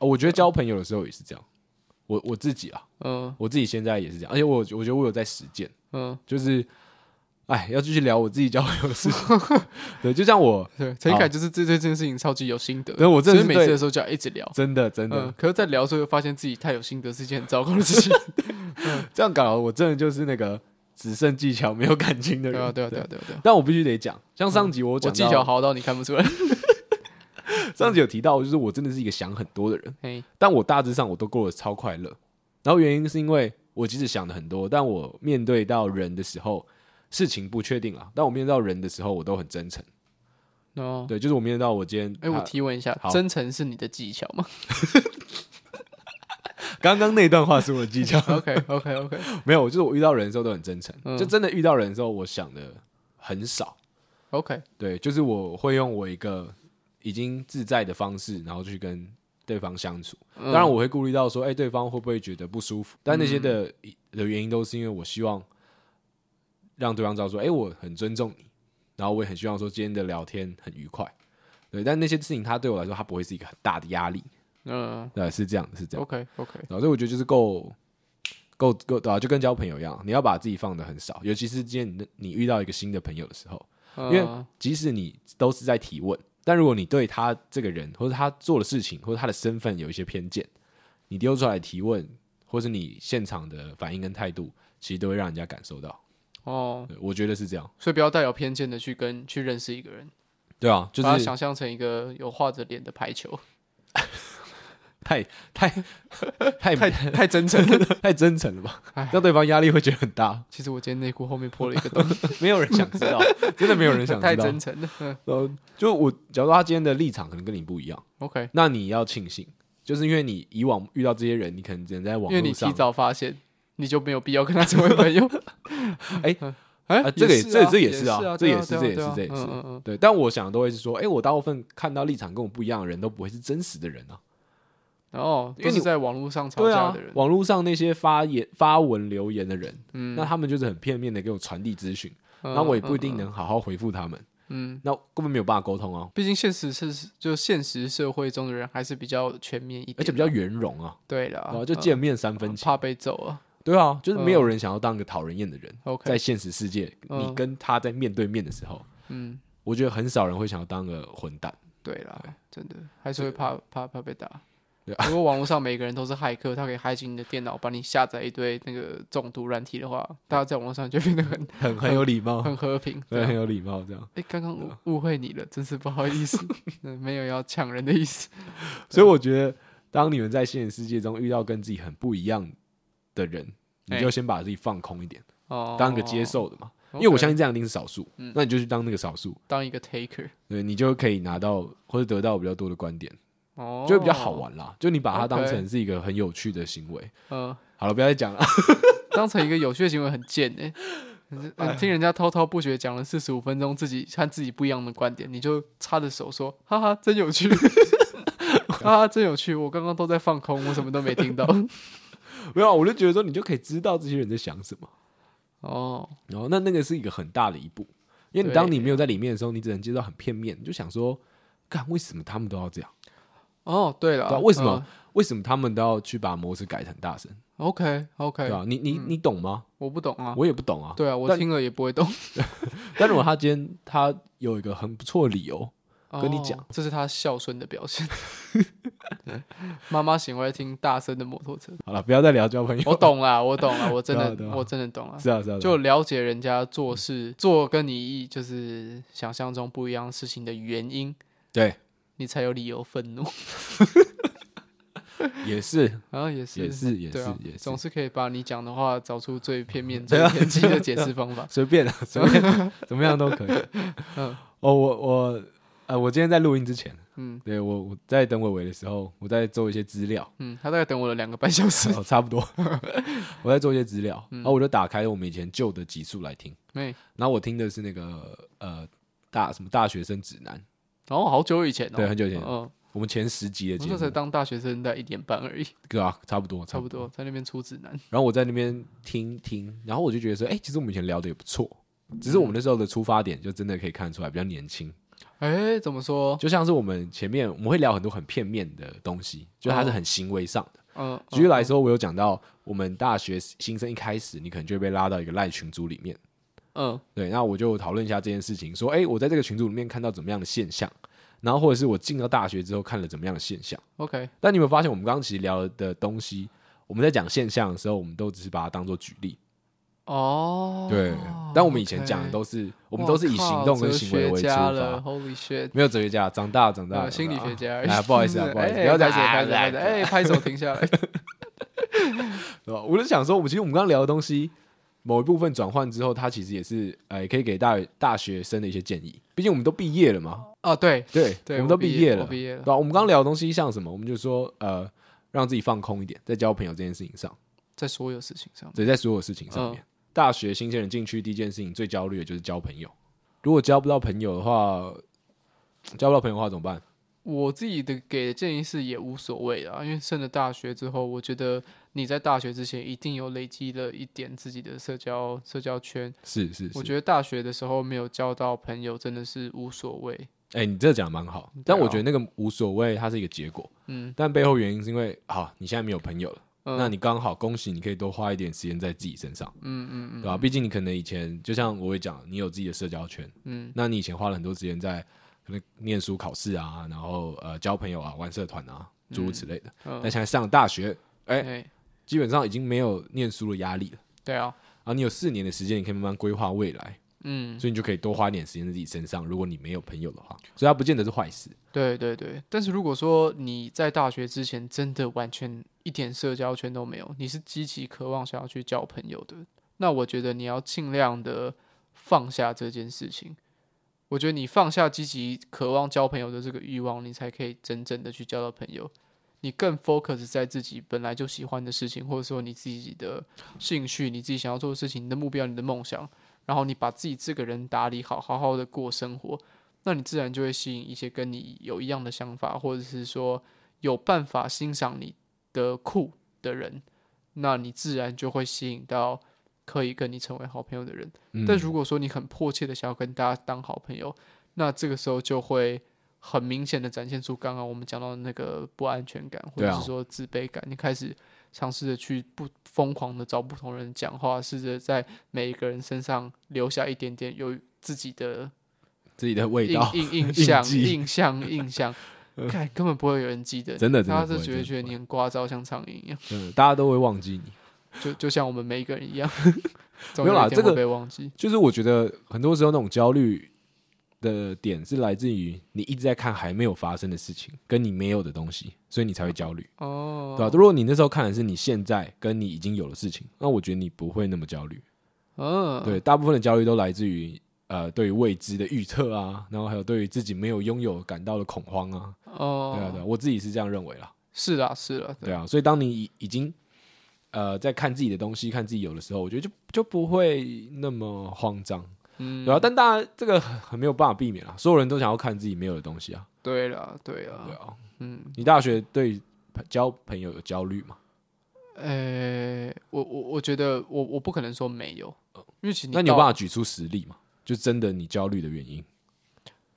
S1: 哦我觉得交朋友的时候也是这样，我我自己啊，
S2: 嗯
S1: 我自己现在也是这样，而且我我觉得我有在实践，
S2: 嗯，
S1: 就是，哎，要继续聊我自己交朋友的事情。 对，就像我
S2: 对，陈一凯就是对对这件事情超级有心得。
S1: 对我真
S2: 所
S1: 的
S2: 以
S1: 是
S2: 每次
S1: 对
S2: 的时候就要一直聊。
S1: 真的真的、
S2: 嗯，可是，在聊的时候又发现自己太有心得是一件很糟糕的事情。
S1: 这样搞，我真的就是那个只剩技巧没有感情的
S2: 对
S1: 人。
S2: 啊，对啊，对啊，对啊，对啊。
S1: 但我必须得讲，像上集我
S2: 我
S1: 讲
S2: 技
S1: 到
S2: 巧，好到你看不出来。
S1: 上集有提到，就是我真的是一个想很多的人，
S2: 嘿，
S1: 但我大致上我都过得超快乐。然后原因是因为我即使想的很多，但我面对到人的时候，事情不确定啊。但我面对到人的时候，我都很真诚。
S2: 哦，
S1: 对，就是我面对到我今天，
S2: 哎，我提问一下
S1: 好，
S2: 真诚是你的技巧 吗
S1: 啊刚刚那段话是我的技巧，
S2: ？OK OK OK，
S1: 没有，就是我遇到人的时候都很真诚，就真的遇到人的时候，我想的很少。
S2: OK，
S1: 对，就是我会用我一个已经自在的方式，然后去跟对方相处。当然，我会顾虑到说，哎、对方会不会觉得不舒服？但那些的、的原因都是因为我希望让对方知道说，哎、我很尊重你，然后我也很希望说今天的聊天很愉快。对，但那些事情，它对我来说，它不会是一个很大的压力。
S2: 嗯
S1: 对，是这样，是这样。
S2: ，OK OK，
S1: 然后所以我觉得就是够够够对啊，就跟交朋友一样，你要把自己放的很少，尤其是今天你的你遇到一个新的朋友的时候，
S2: 因
S1: 为即使你都是在提问，但如果你对他这个人或者他做的事情或者他的身份有一些偏见，你丢出来的提问，或是你现场的反应跟态度，其实都会让人家感受到。
S2: 哦，
S1: 对我觉得是这样，
S2: 所以不要带有偏见的去跟去认识一个人，
S1: 对啊，就
S2: 把他
S1: 是
S2: 想象成一个有画着脸的排球。
S1: 太太 太
S2: 太太真诚了。
S1: 太真诚了吧
S2: 唉？
S1: 让对方压力会觉得很大，
S2: 其实我今天内裤后面破了一个 洞，
S1: 没有人想知 道，真的没有人想
S2: 太
S1: 知道
S2: 真。诚了。嗯
S1: 呃，就我，假如说他今天的立场可能跟你不一样，
S2: OK，
S1: 那你要庆幸，就是因为你以往遇到这些人，你可能只能在网
S2: 因为你
S1: 络
S2: 提
S1: 上，
S2: 早发现，你就没有必要跟他成为朋友。
S1: 哎
S2: 嗯，哎
S1: 啊这个也
S2: 是
S1: 这这也
S2: 也
S1: 是啊
S2: 啊，
S1: 这
S2: 对
S1: 也
S2: 啊
S1: 是
S2: 对啊
S1: 这也
S2: 对
S1: 是
S2: 啊
S1: 这也是
S2: 嗯嗯嗯，
S1: 对，但我想都会是说，哎，我大部分看到立场跟我不一样的人都不会是真实的人啊，
S2: 然后
S1: 因
S2: 哦都
S1: 为
S2: 是
S1: 你
S2: 在网络上吵
S1: 对
S2: 架
S1: 啊
S2: 的人，，
S1: 网络上那些发言、发文、留言的人，嗯，那他们就是很片面的给我传递资讯，
S2: 嗯
S1: 那我也不一。
S2: 嗯
S1: 定
S2: 嗯
S1: 能好好回复他们，
S2: 嗯，
S1: 那根本没有办法沟通啊，
S2: 毕竟现实是就现实社会中的人还是比较全面一点啦，
S1: 而且比较圆融啊，
S2: 对
S1: 然
S2: 了
S1: 后，就见面三分
S2: 嗯
S1: 情，
S2: 怕被揍啊。嗯
S1: 对啊，就是没有人想要当个讨人厌的人，在
S2: OK，
S1: 现实世界，
S2: 嗯
S1: 你跟他在面对面的时候，
S2: 嗯，
S1: 我觉得很少人会想要当个混蛋。
S2: 对啦，真的还是会怕怕怕被打
S1: 对。
S2: 如果网络上每个人都是骇客，他可以骇进你的电脑，帮你下载一堆那个中毒软体的话，大家在网络上就变得 很
S1: 很很有礼貌，
S2: 很和平。这
S1: 对，
S2: 样
S1: 很有礼貌，这样。
S2: 哎，刚刚
S1: 啊
S2: 误误会你了，真是不 好意思，嗯没有要抢人的意思。
S1: 所以我觉得，当你们在现实世界中遇到跟自己很不一样的人，
S2: 哎
S1: 你就先把自己放空一点，
S2: 哦， 嗯
S1: 当个接，受的嘛。因为我相信这样一定是少数，那你就去当那个少数，
S2: 当一个 taker，
S1: 对你就可以拿到或者得到比较多的观点，
S2: 哦，
S1: 就会比较好。啊玩啦。就你把它当
S2: OK
S1: 成是一个很有趣的行为。
S2: 嗯，
S1: 好了，不要再讲了。
S2: 当成一个有趣的行为很贱哎、嗯听人家滔滔不绝讲了四十五分钟，自己和自己不一样的观点，你就插着手说：“哈哈，真有 趣，哈哈，真有趣。”我刚刚都在放空，我什么都没听 到。
S1: 没有，啊我就觉得说，你就可以知道这些人在想什么。
S2: 哦，
S1: 然后，那那个是一个很大的一步，因为你
S2: 对
S1: 当你没有在里面的时候，你只能接到很片面，你就想说，干为什么他们都要这样？
S2: 哦，对了，
S1: 对啊为什么为什么他们都要去把摩斯改成大声？
S2: ？OK
S1: 对
S2: OK，
S1: 吧、你你你懂吗？
S2: 嗯我不懂嗯啊。
S1: 我也不懂啊。
S2: 对啊，我
S1: 但
S2: 听了也不会懂。
S1: 但如果他今天他有一个很不错的理由，跟你讲
S2: 哦，这是他孝顺的表 现。妈妈醒过来听大声的摩托 车，
S1: 好了，不要再聊交朋友。
S2: 我懂啦，我懂 啦，我真
S1: 对啊对
S2: 的
S1: 啊
S2: 我真的懂啦。
S1: 是啊是啊，是啊
S2: 哦就了解人家做事做跟你意就是想象中不一样事情的原因，
S1: 对，
S2: 你才有理由愤怒。
S1: 也是
S2: 然后也是
S1: 也是也
S2: 对
S1: 是
S2: 啊，
S1: 也是
S2: 总，是可以把你讲的话找出最片面、最偏激的解释方法。
S1: 随便啊随便 怎么样都可以。
S2: 嗯
S1: 哦，我我呃，我今天在录音之前，
S2: 嗯
S1: 对我我在等伟伟的时候，我在做一些资料，
S2: 嗯，他大概等我了两个半小时。
S1: 哦，差不多，我在做一些资料，
S2: 嗯
S1: 然后我就打开了我们以前旧的集数来听，
S2: 没、
S1: 然后我听的是那个呃大什么大学生指南，
S2: 然后好久以前哦，
S1: 对很久以前
S2: 嗯，
S1: 我们前十集的
S2: 我
S1: 节
S2: 那哦才
S1: 目，
S2: 当大学生，大概一年半而已，
S1: 对啊，差不多，
S2: 差不。多在那边出指南。
S1: 然后我在那边听听，然后我就觉得说，哎、其实我们以前聊的也不错，只是我
S2: 嗯
S1: 们那时候的出发点就真的可以看出来比较年轻，
S2: 哎，怎么说？
S1: 就像是我们前面我们会聊很多很片面的东西，就
S2: 哦
S1: 它是很行为上的。
S2: 嗯，
S1: 举例来说，我有讲到我们大学新生一开始，你可能就会被拉到一个赖群组里面。
S2: 嗯，
S1: 对，那我就讨论一下这件事情，说，哎、我在这个群组里面看到怎么样的现象，然后或者是我进到大学之后看了怎么样的现象。
S2: OK，
S1: 但你有没有发现，我们刚刚其实聊的东西，我们在讲现象的时候，我们都只是把它当做举例，
S2: 哦，
S1: 对。但我们以前讲的
S2: OK
S1: 都是，我
S2: 我
S1: 们都是以行动跟行为为出
S2: 了
S1: 发，
S2: Holy shit！
S1: 没有哲学家，长大了长大
S2: 呃
S1: 了，
S2: 心理学家而已
S1: 哎，不好意 思啊，不好意思，不要
S2: 再
S1: 再
S2: 拍手拍手拍手，哎，拍手停下来。
S1: 对吧？我就想说，我们其实我们刚刚聊的东西，某一部分转换之后，它其实也是，呃，也可以给大大学生的一些建议，毕竟我们都毕业了嘛，
S2: 哦，对，
S1: 对，
S2: 对
S1: 我们
S2: 我
S1: 都
S2: 毕
S1: 毕
S2: 业
S1: 业
S2: 我
S1: 了，
S2: 毕业了
S1: 对吧、我们刚刚聊的东西像什么？我们就说呃，让自己放空一点，在交朋友这件事情上，
S2: 在所有事情上面，
S1: 对，在所有事情上
S2: 嗯
S1: 面。大学新鲜人进去第一件事情最焦虑的就是交朋友，如果交不到朋友的话，交不到朋友的话怎么办？
S2: 我自己的给的建议是也无所谓啦，因为升了大学之后，我觉得你在大学之前一定有累积了一点自己的社交社交圈。
S1: 是是
S2: 我
S1: 是，
S2: 觉得大学的时候没有交到朋友真的是无所谓。
S1: 哎、你这讲得蛮
S2: 啊
S1: 好，但我觉得那个无所谓，它是一个结果，
S2: 嗯，
S1: 但背后原因是因为，好，你现在没有朋友了，
S2: 嗯
S1: 那你刚好恭喜，你可以多花一点时间在自己身上，
S2: 嗯嗯嗯
S1: 对吧、毕竟你可能以前就像我也讲，你有自己的社交圈，
S2: 嗯，
S1: 那你以前花了很多时间在可能念书、考试啊，然后呃交朋友啊、玩社团啊，诸如此类的。
S2: 嗯
S1: 但现在上了大学，哎、
S2: 哎，
S1: 基本上已经没有念书的压力了。
S2: 对啊，
S1: 啊，你有四年的时间，你可以慢慢规划未来。嗯，所以你就可以多花点时间在自己身上。如果你没有朋友的话，所以它不见得是坏事。
S2: 对对对，但是如果说你在大学之前真的完全一点社交圈都没有，你是积极渴望想要去交朋友的，那我觉得你要尽量的放下这件事情。我觉得你放下积极渴望交朋友的这个欲望，你才可以真正的去交到朋友。你更 focus 在自己本来就喜欢的事情，或者说你自己的兴趣、你自己想要做的事情、你的目标、你的梦想，然后你把自己这个人打理好，好好的过生活，那你自然就会吸引一些跟你有一样的想法，或者是说有办法欣赏你的酷的人，那你自然就会吸引到可以跟你成为好朋友的人。
S1: 嗯，
S2: 但如果说你很迫切的想要跟大家当好朋友，那这个时候就会很明显的展现出刚刚我们讲到的那个不安全感，或
S1: 对
S2: 者
S1: 啊
S2: 是说自卑感。你开始尝试着去不疯狂的找不同人讲话，试着在每一个人身上留下一点点有自己的
S1: 自己的味
S2: 印
S1: 道，
S2: 印印
S1: 记嗯
S2: 象、印象、印象， 看根本不会有人记得你，
S1: 真的真
S2: 大
S1: 的
S2: 家
S1: 不会，
S2: 就觉得
S1: 真的
S2: 觉
S1: 不
S2: 得你
S1: 会
S2: 很聒噪，像苍蝇一样，
S1: 嗯，大家都会忘记你。
S2: 就就像我们每一个 人一样，总
S1: 没有
S2: 有
S1: 啦
S2: 一天
S1: 这
S2: 会
S1: 个
S2: 被忘记。
S1: 就是我觉得很多时候那种焦虑的点是来自于你一直在看还没有发生的事情，跟你没有的东西，所以你才会焦虑，
S2: 哦
S1: 对，啊吧、如果你那时候看的是你现在跟你已经有的事情，那我觉得你不会那么焦虑。
S2: 嗯，
S1: 对，大部分的焦虑都来自于呃对于未知的预测啊，然后还有对于自己没有拥有感到的恐慌啊。
S2: 哦，
S1: 对啊，对啊，我自己是这样认为啦。
S2: 是啦，是啦，
S1: 对啊，所以当你已已经呃在看自己的东西、看自己有的时候，我觉得就就不会那么慌张。
S2: 嗯，
S1: 对啊，但大家这个很很没有办法避免啊，所有人都想要看自己没有的东西啊。
S2: 对啦，对啦，
S1: 对啊，
S2: 嗯，
S1: 你大学对朋交朋友有焦虑吗？
S2: 呃，我我我觉得我我不可能说没有，因为其实
S1: 嗯那你有
S2: 到
S1: 办法举出实例吗？就真的你焦虑的原因？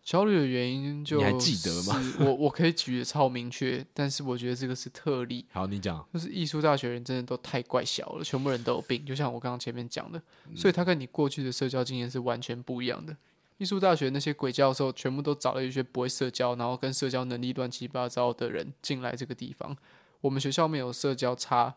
S2: 焦虑的原因就
S1: 你还记得吗
S2: 是？我我可以举的超明确，但是我觉得这个是特例，
S1: 好，你讲。啊
S2: 就是艺术大学人真的都太怪小了，全部人都有病，就像我刚刚前面讲的，所以他跟你过去的社交经验是完全不一样的。艺术大学那些鬼教授全部都找了一些不会社交，然后跟社交能力乱七八糟的人进来这个地方。我们学校没有社交差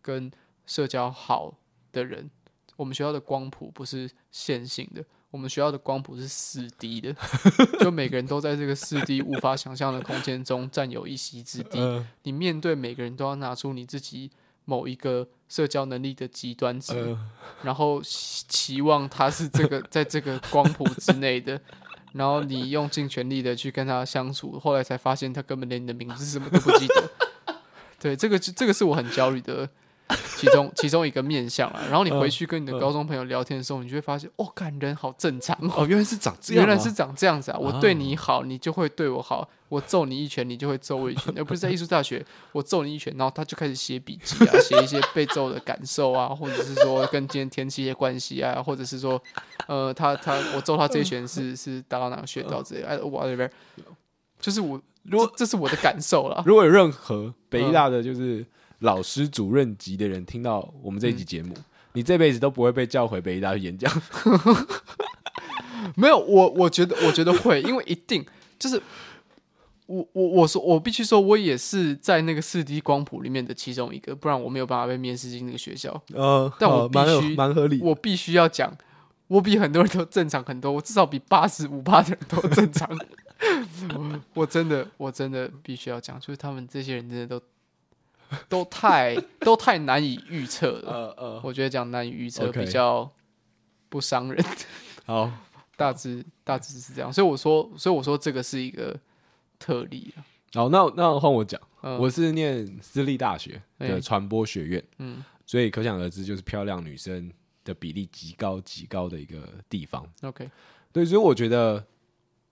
S2: 跟社交好的人，我们学校的光谱不是线性的，我们学校的光谱是四 D 的， 就每个人都在这个四 D 无法想象的空间中占有一席之地。
S1: 嗯
S2: 你面对每个人都要拿出你自己某一个社交能力的极端值，然后期期望他是这个在这个光谱之内的，然后你用尽全力的去跟他相处，后来才发现他根本连你的名字是什么都不记得。 对，这个就这个是我很焦虑的其中其中一个面向啊。然后你
S1: 嗯
S2: 回去跟你的高中朋友聊天的时候，你就会发现，哦，感人好正常哦。
S1: 哦，原来是长这样、
S2: 原
S1: 啊，
S2: 来是长这样子啊！我对
S1: 啊
S2: 你好，你就会对我好；我揍你一拳，你就会揍我一拳，而不是在艺术大学，我揍你一拳，然后他就开始写笔记啊，写一些被揍的感受啊，或者是说跟今天天气的关系啊，或者是说，呃，他他我揍他这一拳是是打到哪个穴道之类的，哎，whatever，就是我，如果这是我的感受啦，
S1: 如果有任何北大的就是老师、主任级的人听到我们这一集节
S2: 嗯
S1: 目，你这辈子都不会被叫回北大去演讲。
S2: 没有，我我觉得我觉得会，因为一定就是我我我说我必须说，我也是在那个四 D 光谱里面的其中一个，不然我没有办法被面试进那个学校。
S1: 呃，
S2: 但我
S1: 好蛮有
S2: 必须
S1: 蛮合理。
S2: 我必须要讲，我比很多人都正常很多，我至少比八十五趴的人都正常。 我我真的我真的必须要讲，就是他们这些人真的都都太都太难以预测了。
S1: 呃呃，
S2: 我觉得讲难以预测
S1: OK
S2: 比较不伤人。
S1: 好，
S2: 大致大致是这样，所以我说，所以我说这个是一个特例啊。
S1: 好，那那换我讲，
S2: 嗯
S1: 我是念私立大学的
S2: 哎
S1: 传播学院，
S2: 嗯
S1: 所以可想而知，就是漂亮女生的比例极高极高的一个地方。
S2: OK，
S1: 对，所以我觉得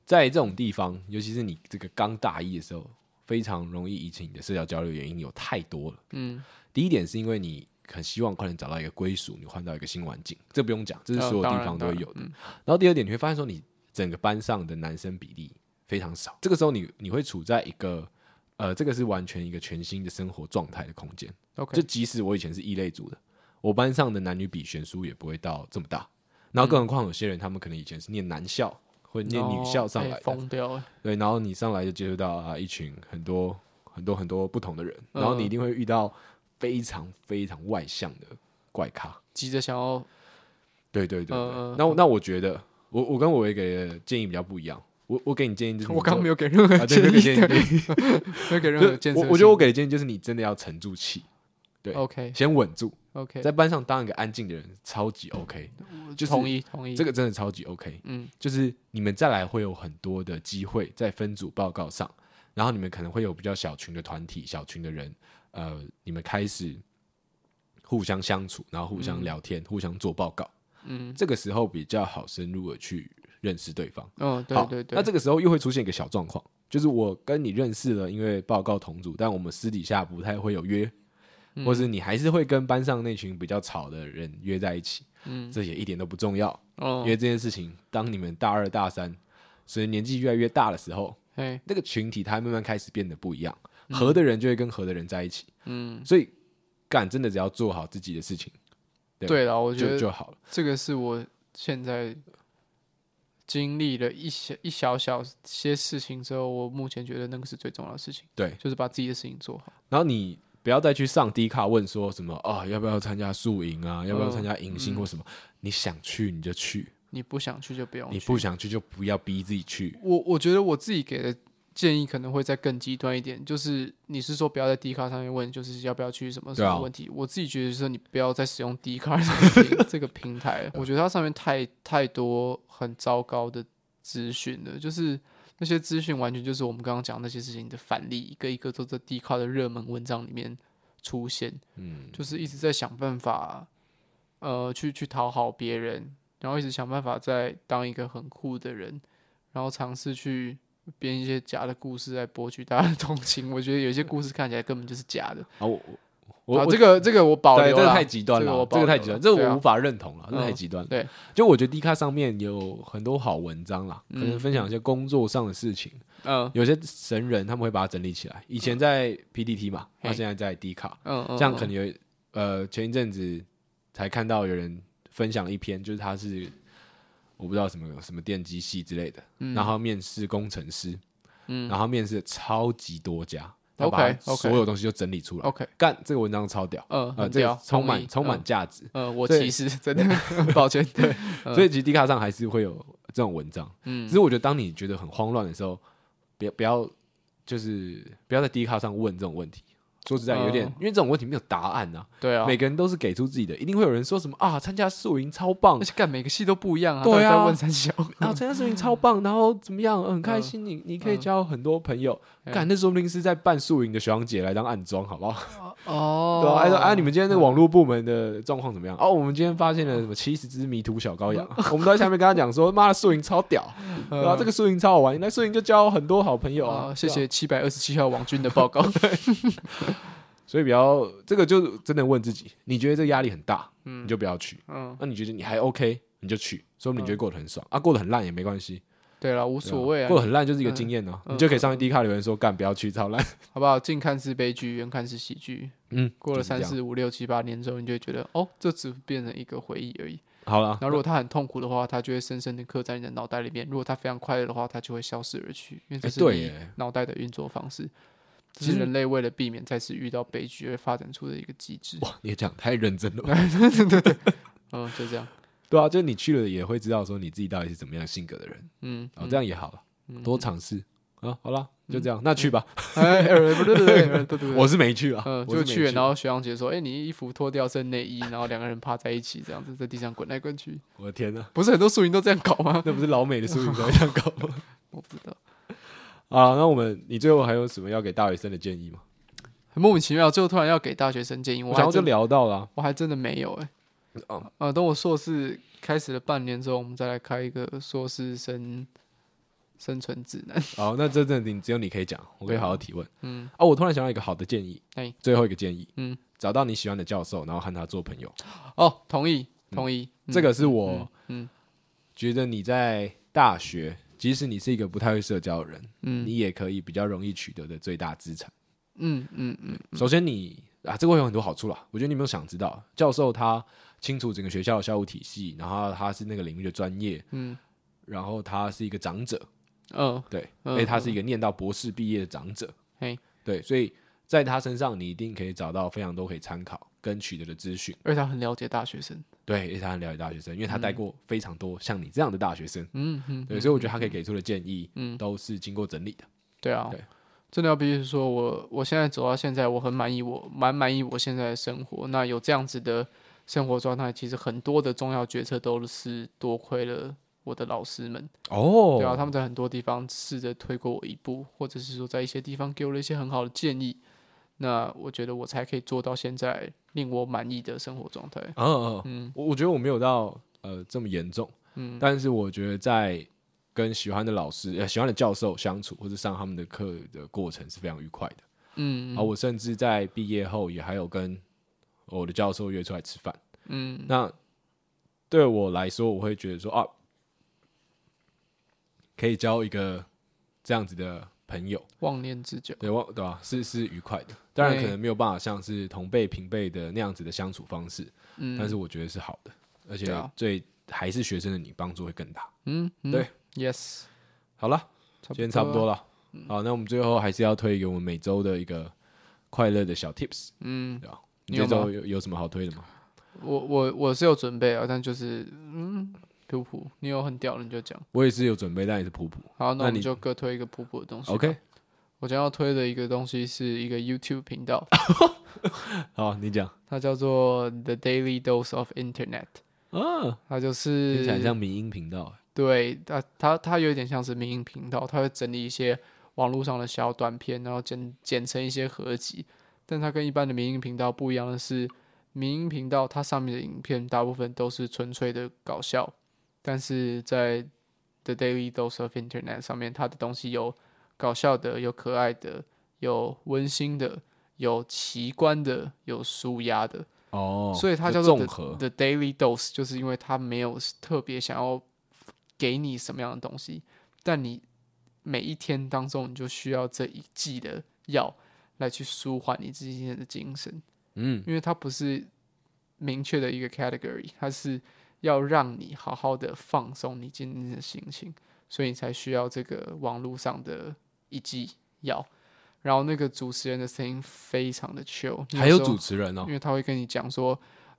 S1: 在这种地方，尤其是你这个刚大一的时候，非常容易引起你的社交焦虑，原因有太多了。
S2: 嗯，
S1: 第一点是因为你很希望快点找到一个归属，你换到一个新环境，这不用讲，这是
S2: 呃
S1: 所有
S2: 当
S1: 地
S2: 然嗯
S1: 方都会有的。
S2: 当然
S1: 然后第二点，你会发现说你整个班上的男生比例非常少，这个时候你你会处在一个呃，这个是完全一个全新的生活状态的空间。
S2: 嗯
S1: 就
S2: ，OK，
S1: 即使我以前是异类组的，我班上的男女比悬殊也不会到这么大。然后更何况有些人他们可能以前是念男校或者念女校上
S2: 哦
S1: 来
S2: 哎
S1: 的，
S2: 疯掉了，
S1: 对，然后你上来就接触到啊一群很多很多很多不同的人，
S2: 嗯
S1: 然后你一定会遇到非常非常外向的怪咖，
S2: 急着想要
S1: 对对对对
S2: 嗯嗯
S1: 那我那我觉得，我我跟我一个建议比较不一样。我我给你建议就是你做，
S2: 我刚刚没有给任何
S1: 啊对
S2: 建
S1: 没有
S2: 议，
S1: 给建议
S2: 对没有给任何
S1: 就
S2: 建
S1: 是
S2: 设
S1: 我
S2: 性。
S1: 我觉得我给的建议就是你真的要沉住气，对
S2: OK
S1: 先稳住，
S2: OK，
S1: 在班上当一个安静的人，超级 OK。就是
S2: 同意同意
S1: 这个真的超级 OK。
S2: 嗯，
S1: 就是你们再来会有很多的机会在分组报告上，然后你们可能会有比较小群的团体、小群的人，呃，你们开始互相相处，然后互相聊天、互相做报告。
S2: 嗯
S1: 这个时候比较好深入的去认识对方。
S2: 嗯对
S1: 好
S2: 对对，
S1: 那这个时候又会出现一个小状况，就是我跟你认识了，因为报告同组，但我们私底下不太会有约，
S2: 嗯
S1: 或是你还是会跟班上那群比较吵的人约在一起。
S2: 嗯
S1: 这也一点都不重要。
S2: 哦
S1: 因为这件事情，当你们大二大三，随着年纪越来越大的时候，
S2: 哎
S1: 那个群体它慢慢开始变得不一样，合的人就会跟合的人在一起，
S2: 嗯
S1: 所以干真的只要做好自己的事情对
S2: 对了，我觉
S1: 就
S2: 得
S1: 就好了。
S2: 这个是我现在经历了一小一小小些事情之后，我目前觉得那个是最重要的事情，
S1: 对，
S2: 就是把自己的事情做好。
S1: 然后你不要再去上低卡问说什么啊、要不要参加宿营啊，要不要
S2: 嗯
S1: 参加迎新或什么，你想去你就去，
S2: 你不想去就不用
S1: 你
S2: 哦去。
S1: 不想去就不要逼自己去。
S2: 我我觉得我自己给的建议可能会再更极端一点，就是你是说不要在 D 卡上面问，就是要不要去什么什
S1: 对啊
S2: 么问题？我自己觉得说你不要再使用 D 卡这个 平这个平台了，我觉得它上面太太多很糟糕的资讯了，就是。那些资讯完全就是我们刚刚讲那些事情的反例，一个一个都在 D 卡的热门文章里面出现。
S1: 嗯，
S2: 就是一直在想办法，呃，去去讨好别人，然后一直想办法在当一个很酷的人，然后尝试去编一些假的故事来博取大家的同情。我觉得有些故事看起来根本就是假的。
S1: 啊，我我
S2: 哦啊，
S1: 我
S2: 这个这个我保
S1: 对，
S2: 留
S1: 这个
S2: 啦
S1: 太极端
S2: 这个我
S1: 了，
S2: 保
S1: 这个太
S2: 留
S1: 极端，
S2: 啦
S1: 这
S2: 对
S1: 个我
S2: 啊
S1: 无法认同了，这太
S2: 嗯
S1: 极端了。
S2: 对，
S1: 就我觉得 D 卡上面有很多好文章啦，可能
S2: 嗯
S1: 分享一些工作上的事情，
S2: 嗯
S1: 有些神人他们会把它整理起来。以前在 PDT 嘛，
S2: 嘿
S1: 他现在在 D 卡，
S2: 嗯嗯，
S1: 这样可
S2: 嗯
S1: 能有呃前一阵子才看到有人分享一篇，就是他是我不知道什么什么电机系之类的，然后面试工程师，
S2: 嗯
S1: 然后面试超级多家，他把
S2: OK，OK
S1: 所有东西就整理出来，
S2: OK，
S1: 干这个文章超屌，
S2: 嗯，
S1: 呃，
S2: 很
S1: 这
S2: 屌
S1: 个，充
S2: 同意
S1: 满充满，价值。
S2: 嗯嗯，我
S1: 所以
S2: 歧视， 真的，抱歉，对，嗯
S1: 所以其实 D 卡上还是会有这种文章，
S2: 嗯
S1: 只是我觉得当你觉得很慌乱的时候，不要不要就是不要在 D 卡上问这种问题。说实在，有点、
S2: 嗯
S1: 因为这种问题没有答案啊，
S2: 对啊，
S1: 每个人都是给出自己的，一定会有人说什么啊，参加宿营超棒
S2: 而，且干每个戏都不一样啊，
S1: 对
S2: 到底在
S1: 啊
S2: 问三小，
S1: 然后参加宿营超棒，然后怎么样，呃很开心，你你可以
S2: 嗯
S1: 交很多朋友。
S2: 嗯
S1: 干、那说不定是在办宿营的学长姐来当暗装，好不好？
S2: 哦
S1: 对吧、啊？哎说啊，你们今天那个网络部门的状况怎么样？哦，我们今天发现了什么七十只迷途小 羔羊，我们都在下面跟他讲说， 妈的宿营超屌，对吧、
S2: 嗯
S1: 这个宿营超好玩，那宿营就交很多好朋友啊。
S2: 哦谢
S1: 对啊
S2: 谢七百二十七号王军的报告。
S1: 所以比较这个就真的问自己，你觉得这压力很大，你就不要去。
S2: 嗯，
S1: 那你觉得你还 OK，你就去，说明你觉得过得很爽、啊，过得很烂也没关系，
S2: 对了，无
S1: 对啊
S2: 嗯所谓啊
S1: 过，得很烂就是一个经验呢、哦
S2: 嗯
S1: 你就可以上去低卡留言说干不要去，超烂。
S2: 好不好？近看是悲剧，远看是喜剧。
S1: 嗯，
S2: 过了
S1: 就是这
S2: 三
S1: 样，
S2: 四五六七八年之后，你就会觉得，哦，这只变成一个回忆而已。
S1: 好了
S2: 然，后，如果它很痛苦的话，它就会深深的刻在你的脑袋里面；如果它非常快乐的话，它就会消失而去，因为这
S1: 哎
S2: 是
S1: 对
S2: 你
S1: 耶
S2: 脑袋的运作方式。这
S1: 其
S2: 是
S1: 实
S2: 人类为了避免再次遇到悲剧而发展出的一个机制。
S1: 哇，你讲太认真了吧。
S2: 嗯，就这样。
S1: 对啊，就是你去了也会知道说你自己到底是怎么样性格的人，
S2: 嗯，
S1: 哦，这样也好了，多尝试啊。好啦，就这样，那去吧。
S2: 哎，呃不对不对不对不嗯对，
S1: 我是没去啊，
S2: 嗯，
S1: 我
S2: 就是
S1: 没
S2: 去了，然后学长姐说：“哎、你衣服脱掉剩内衣，然后两个人趴在一起，这样子在地上滚来滚去。
S1: 我的天哪，”
S2: 不是很多宿营都这样搞吗？
S1: 那不是老美的宿营在这样搞吗？
S2: 我不知道，
S1: 啊，那我们你最后还有什么要给大学生的建议吗？
S2: 很莫名其妙，最后突然要给大学生建议，我
S1: 我
S2: 还
S1: 想要就
S2: 真
S1: 聊到了啊，
S2: 我还真的没有哎、
S1: 哦
S2: 呃，等我硕士开始了半年之后，我们再来开一个硕士生生存指南。
S1: 好，那这阵子你只有你可以讲，我可以好好提问。
S2: 嗯，
S1: 啊，我突然想到一个好的建议，
S2: 哎
S1: 最后一个建议，
S2: 嗯，
S1: 找到你喜欢的教授，然后和他做朋友，
S2: 哦，同意同意，嗯
S1: 这个是我
S2: 嗯
S1: 觉得你在大学，即使你是一个不太会社交的人，
S2: 嗯
S1: 你也可以比较容易取得的最大资产。
S2: 嗯嗯嗯
S1: 首先你啊，这个会有很多好处啦。我觉得你没有想知道，教授他清楚整个学校的校务体系，然后他是那个领域的专业，
S2: 嗯
S1: 然后他是一个长者，
S2: 嗯
S1: 对，
S2: 嗯
S1: 而且他是一个念到博士毕业的长者，
S2: 嘿，
S1: 对，所以在他身上你一定可以找到非常多可以参考跟取得的资讯。
S2: 而且他很了解大学生，
S1: 对，因为他很了解大学生，因为他带过非常多像你这样的大学生，
S2: 嗯嗯，
S1: 对，所以我觉得他可以给出的建议，
S2: 嗯
S1: 都是经过整理的。
S2: 对啊，
S1: 对
S2: 真的要必须说我我现在走到现在，我很满意我，蛮满意我现在的生活。那有这样子的生活状态，其实很多的重要决策都是多亏了我的老师们，
S1: 哦
S2: 对啊，他们在很多地方试着推过我一步，或者是说在一些地方给我了一些很好的建议。那我觉得我才可以做到现在令我满意的生活状态。
S1: 嗯嗯，我我觉得我没有到呃这么严重，嗯，但是我觉得在跟喜欢的老师、呃、喜欢的教授相处，或者上他们的课的过程是非常愉快的。
S2: 嗯
S1: 啊，我甚至在毕业后也还有跟我的教授约出来吃饭。
S2: 嗯
S1: 那对我来说，我会觉得说啊，可以交一个这样子的朋友，
S2: 忘念之久。
S1: 对，我对吧、是是愉快的，当然
S2: 对
S1: 可能没有办法像是同辈平辈的那样子的相处方式，
S2: 嗯，
S1: 但是我觉得是好的，而且
S2: 对啊
S1: 对还是学生的你帮助会更大。
S2: 嗯，嗯
S1: 对
S2: ，yes，
S1: 好了，今
S2: 今
S1: 天差不多。了。好，那我们最后还是要推给我们每周的一个快乐的小 tips，
S2: 嗯，
S1: 对吧？
S2: 你
S1: 你
S2: 有
S1: 这
S2: 吗
S1: 周有有什么好推的吗？
S2: 我我我是有准备啊，但就是嗯，普普，你有很屌的你就讲。
S1: 我也是有准备，但也是普普。
S2: 好，那
S1: 那
S2: 我们
S1: 你
S2: 就各推一个普普的东西吧。
S1: OK，
S2: 我将要推的一个东西是一个 YouTube 频道，
S1: 好，你讲。
S2: 它叫做 The Daily Dose of Internet，
S1: 啊，
S2: 它就
S1: 听起来
S2: 是
S1: 像民音频道欸
S2: 对它它它有点像是民营频道，它会整理一些网络上的小短片，然后剪剪成一些合集。但它跟一般的民营频道不一样的是，民营频道它上面的影片大部分都是纯粹的搞笑，但是在 The Daily Dose of Internet 上面，它的东西有搞笑的，有可爱的，有温馨的，有奇观的，有舒压的。
S1: 哦，
S2: 所以它叫
S1: 就
S2: 做
S1: 综
S2: the,
S1: 合
S2: the daily dose，就是因为它没有特别想要给你什么样的东西，但你每一天当中你就需要这一剂的药来去舒缓你自己今天的精神，
S1: 嗯
S2: 因为它不是明确的一个 category，它是要让你好好的放松你今天的心情，所以你才需要这个网络上的一剂药。然后那个主持人的声音非常的 chill，你
S1: 还有
S2: 时候
S1: 主持人哦
S2: 因，为他会跟你讲说，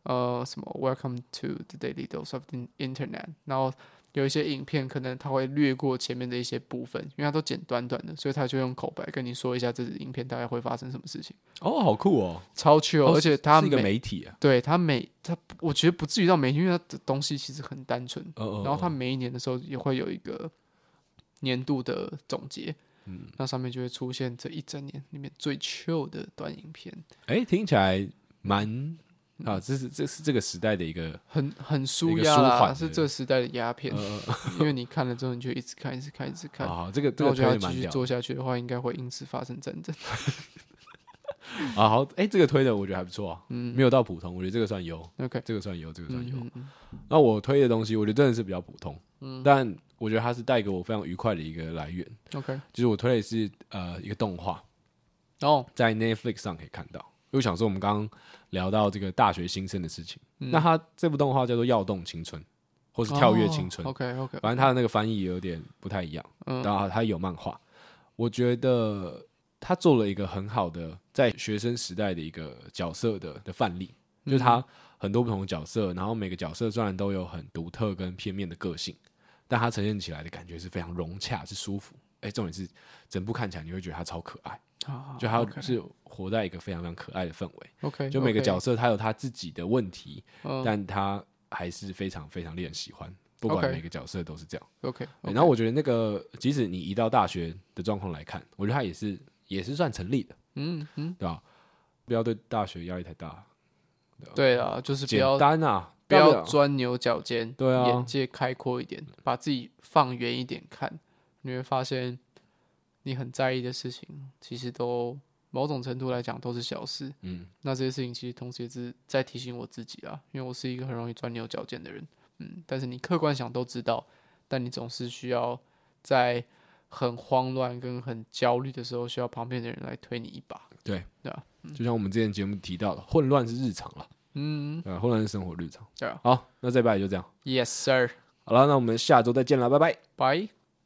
S2: 呃，什么 Welcome to the Daily Dose of the Internet，然后有一些影片可能他会略过前面的一些部分，因为他都剪短短的，所以他就用口白跟你说一下这支影片大概会发生什么事情，
S1: 哦，好酷哦，
S2: 超 chill，、
S1: 哦
S2: 而且他
S1: 是
S2: 每
S1: 一个媒体啊，
S2: 对他每他我觉得不至于到每，因为他的东西其实很单纯，
S1: 哦哦，
S2: 然后他
S1: 们
S2: 每一年的时候也会有一个年度的总结，嗯，那上面就会出现这一整年里面最 chill 的短影片。
S1: 哎，听起来蛮
S2: 嗯
S1: 啊，这是这是这个时代的一个
S2: 很很舒
S1: 个
S2: 压
S1: 舒
S2: 啦，
S1: 缓
S2: 是
S1: 的
S2: 这时代的鸦
S1: 嗯
S2: 片， 因为你看了之后，你就一直看，一直看，一直看。
S1: 啊，这个这
S2: 那我
S1: 个
S2: 觉
S1: 推
S2: 得要
S1: 的
S2: 继
S1: 蛮
S2: 续
S1: 屌
S2: 做下去的话，应该会因此发生战争。
S1: 啊，好，哎，这个推的我觉得还不错啊，没有到普通，我觉得这个算优，
S2: OK，
S1: 这个算优，这个算优。
S2: 嗯嗯
S1: 那我推的东西，我觉得真的是比较普通，嗯，但我觉得它是带给我非常愉快的一个来源，
S2: ，OK。
S1: 就是我推的是呃一个动画，
S2: 然后
S1: 在 Netflix 上可以看到。因为我想说，我们刚刚聊到这个大学新生的事情，
S2: 嗯
S1: 那他这部动画叫做《跃动青春》，或是《跳跃青春》
S2: OK 哦 OK，
S1: 反正他的那个翻译有点不太一样。
S2: 嗯
S1: 然后他有漫画，我觉得他做了一个很好的在学生时代的一个角色的的范例，就是
S2: 嗯
S1: 他很多不同的角色，然后每个角色虽然都有很独特跟片面的个性，但他呈现起来的感觉是非常融洽，是舒服。哎，重点是整部看起来你会觉得他超可爱。
S2: 好
S1: 就他是活在一个非常非常可爱的氛围。
S2: OK，
S1: 就每个
S2: OK，
S1: 角色他有他自己的问题，
S2: 嗯
S1: 但他还是非常非常令人喜欢。不管
S2: OK
S1: 每个角色都是这样。
S2: OK，
S1: 对然后我觉得那个，即使你移到大学的状况来看，我觉得他也是也是算成立的，
S2: 嗯嗯，
S1: 对吧？不要对大学压力太大，
S2: 对啊，就是不
S1: 简
S2: 要
S1: 单啊，
S2: 不
S1: 大
S2: 要
S1: 了
S2: 钻牛角尖，
S1: 对啊
S2: 眼界开阔一点，把自己放远一点看，你会发现你很在意的事情，其实都某种程度来讲都是小事。
S1: 嗯，
S2: 那这些事情其实同时也是在提醒我自己啊，因为我是一个很容易钻牛角尖的人。嗯，但是你客观想都知道，但你总是需要在很慌乱跟很焦虑的时候，需要旁边的人来推你一把。
S1: 对
S2: 对啊，
S1: 就像我们之前节目提到的，混乱是日常了，
S2: 嗯
S1: 呃，混乱是生活日常。
S2: 对啊
S1: 好，那这拜就这样。
S2: ，Yes sir，
S1: 好了，那我们下周再见了，拜拜。
S2: 拜。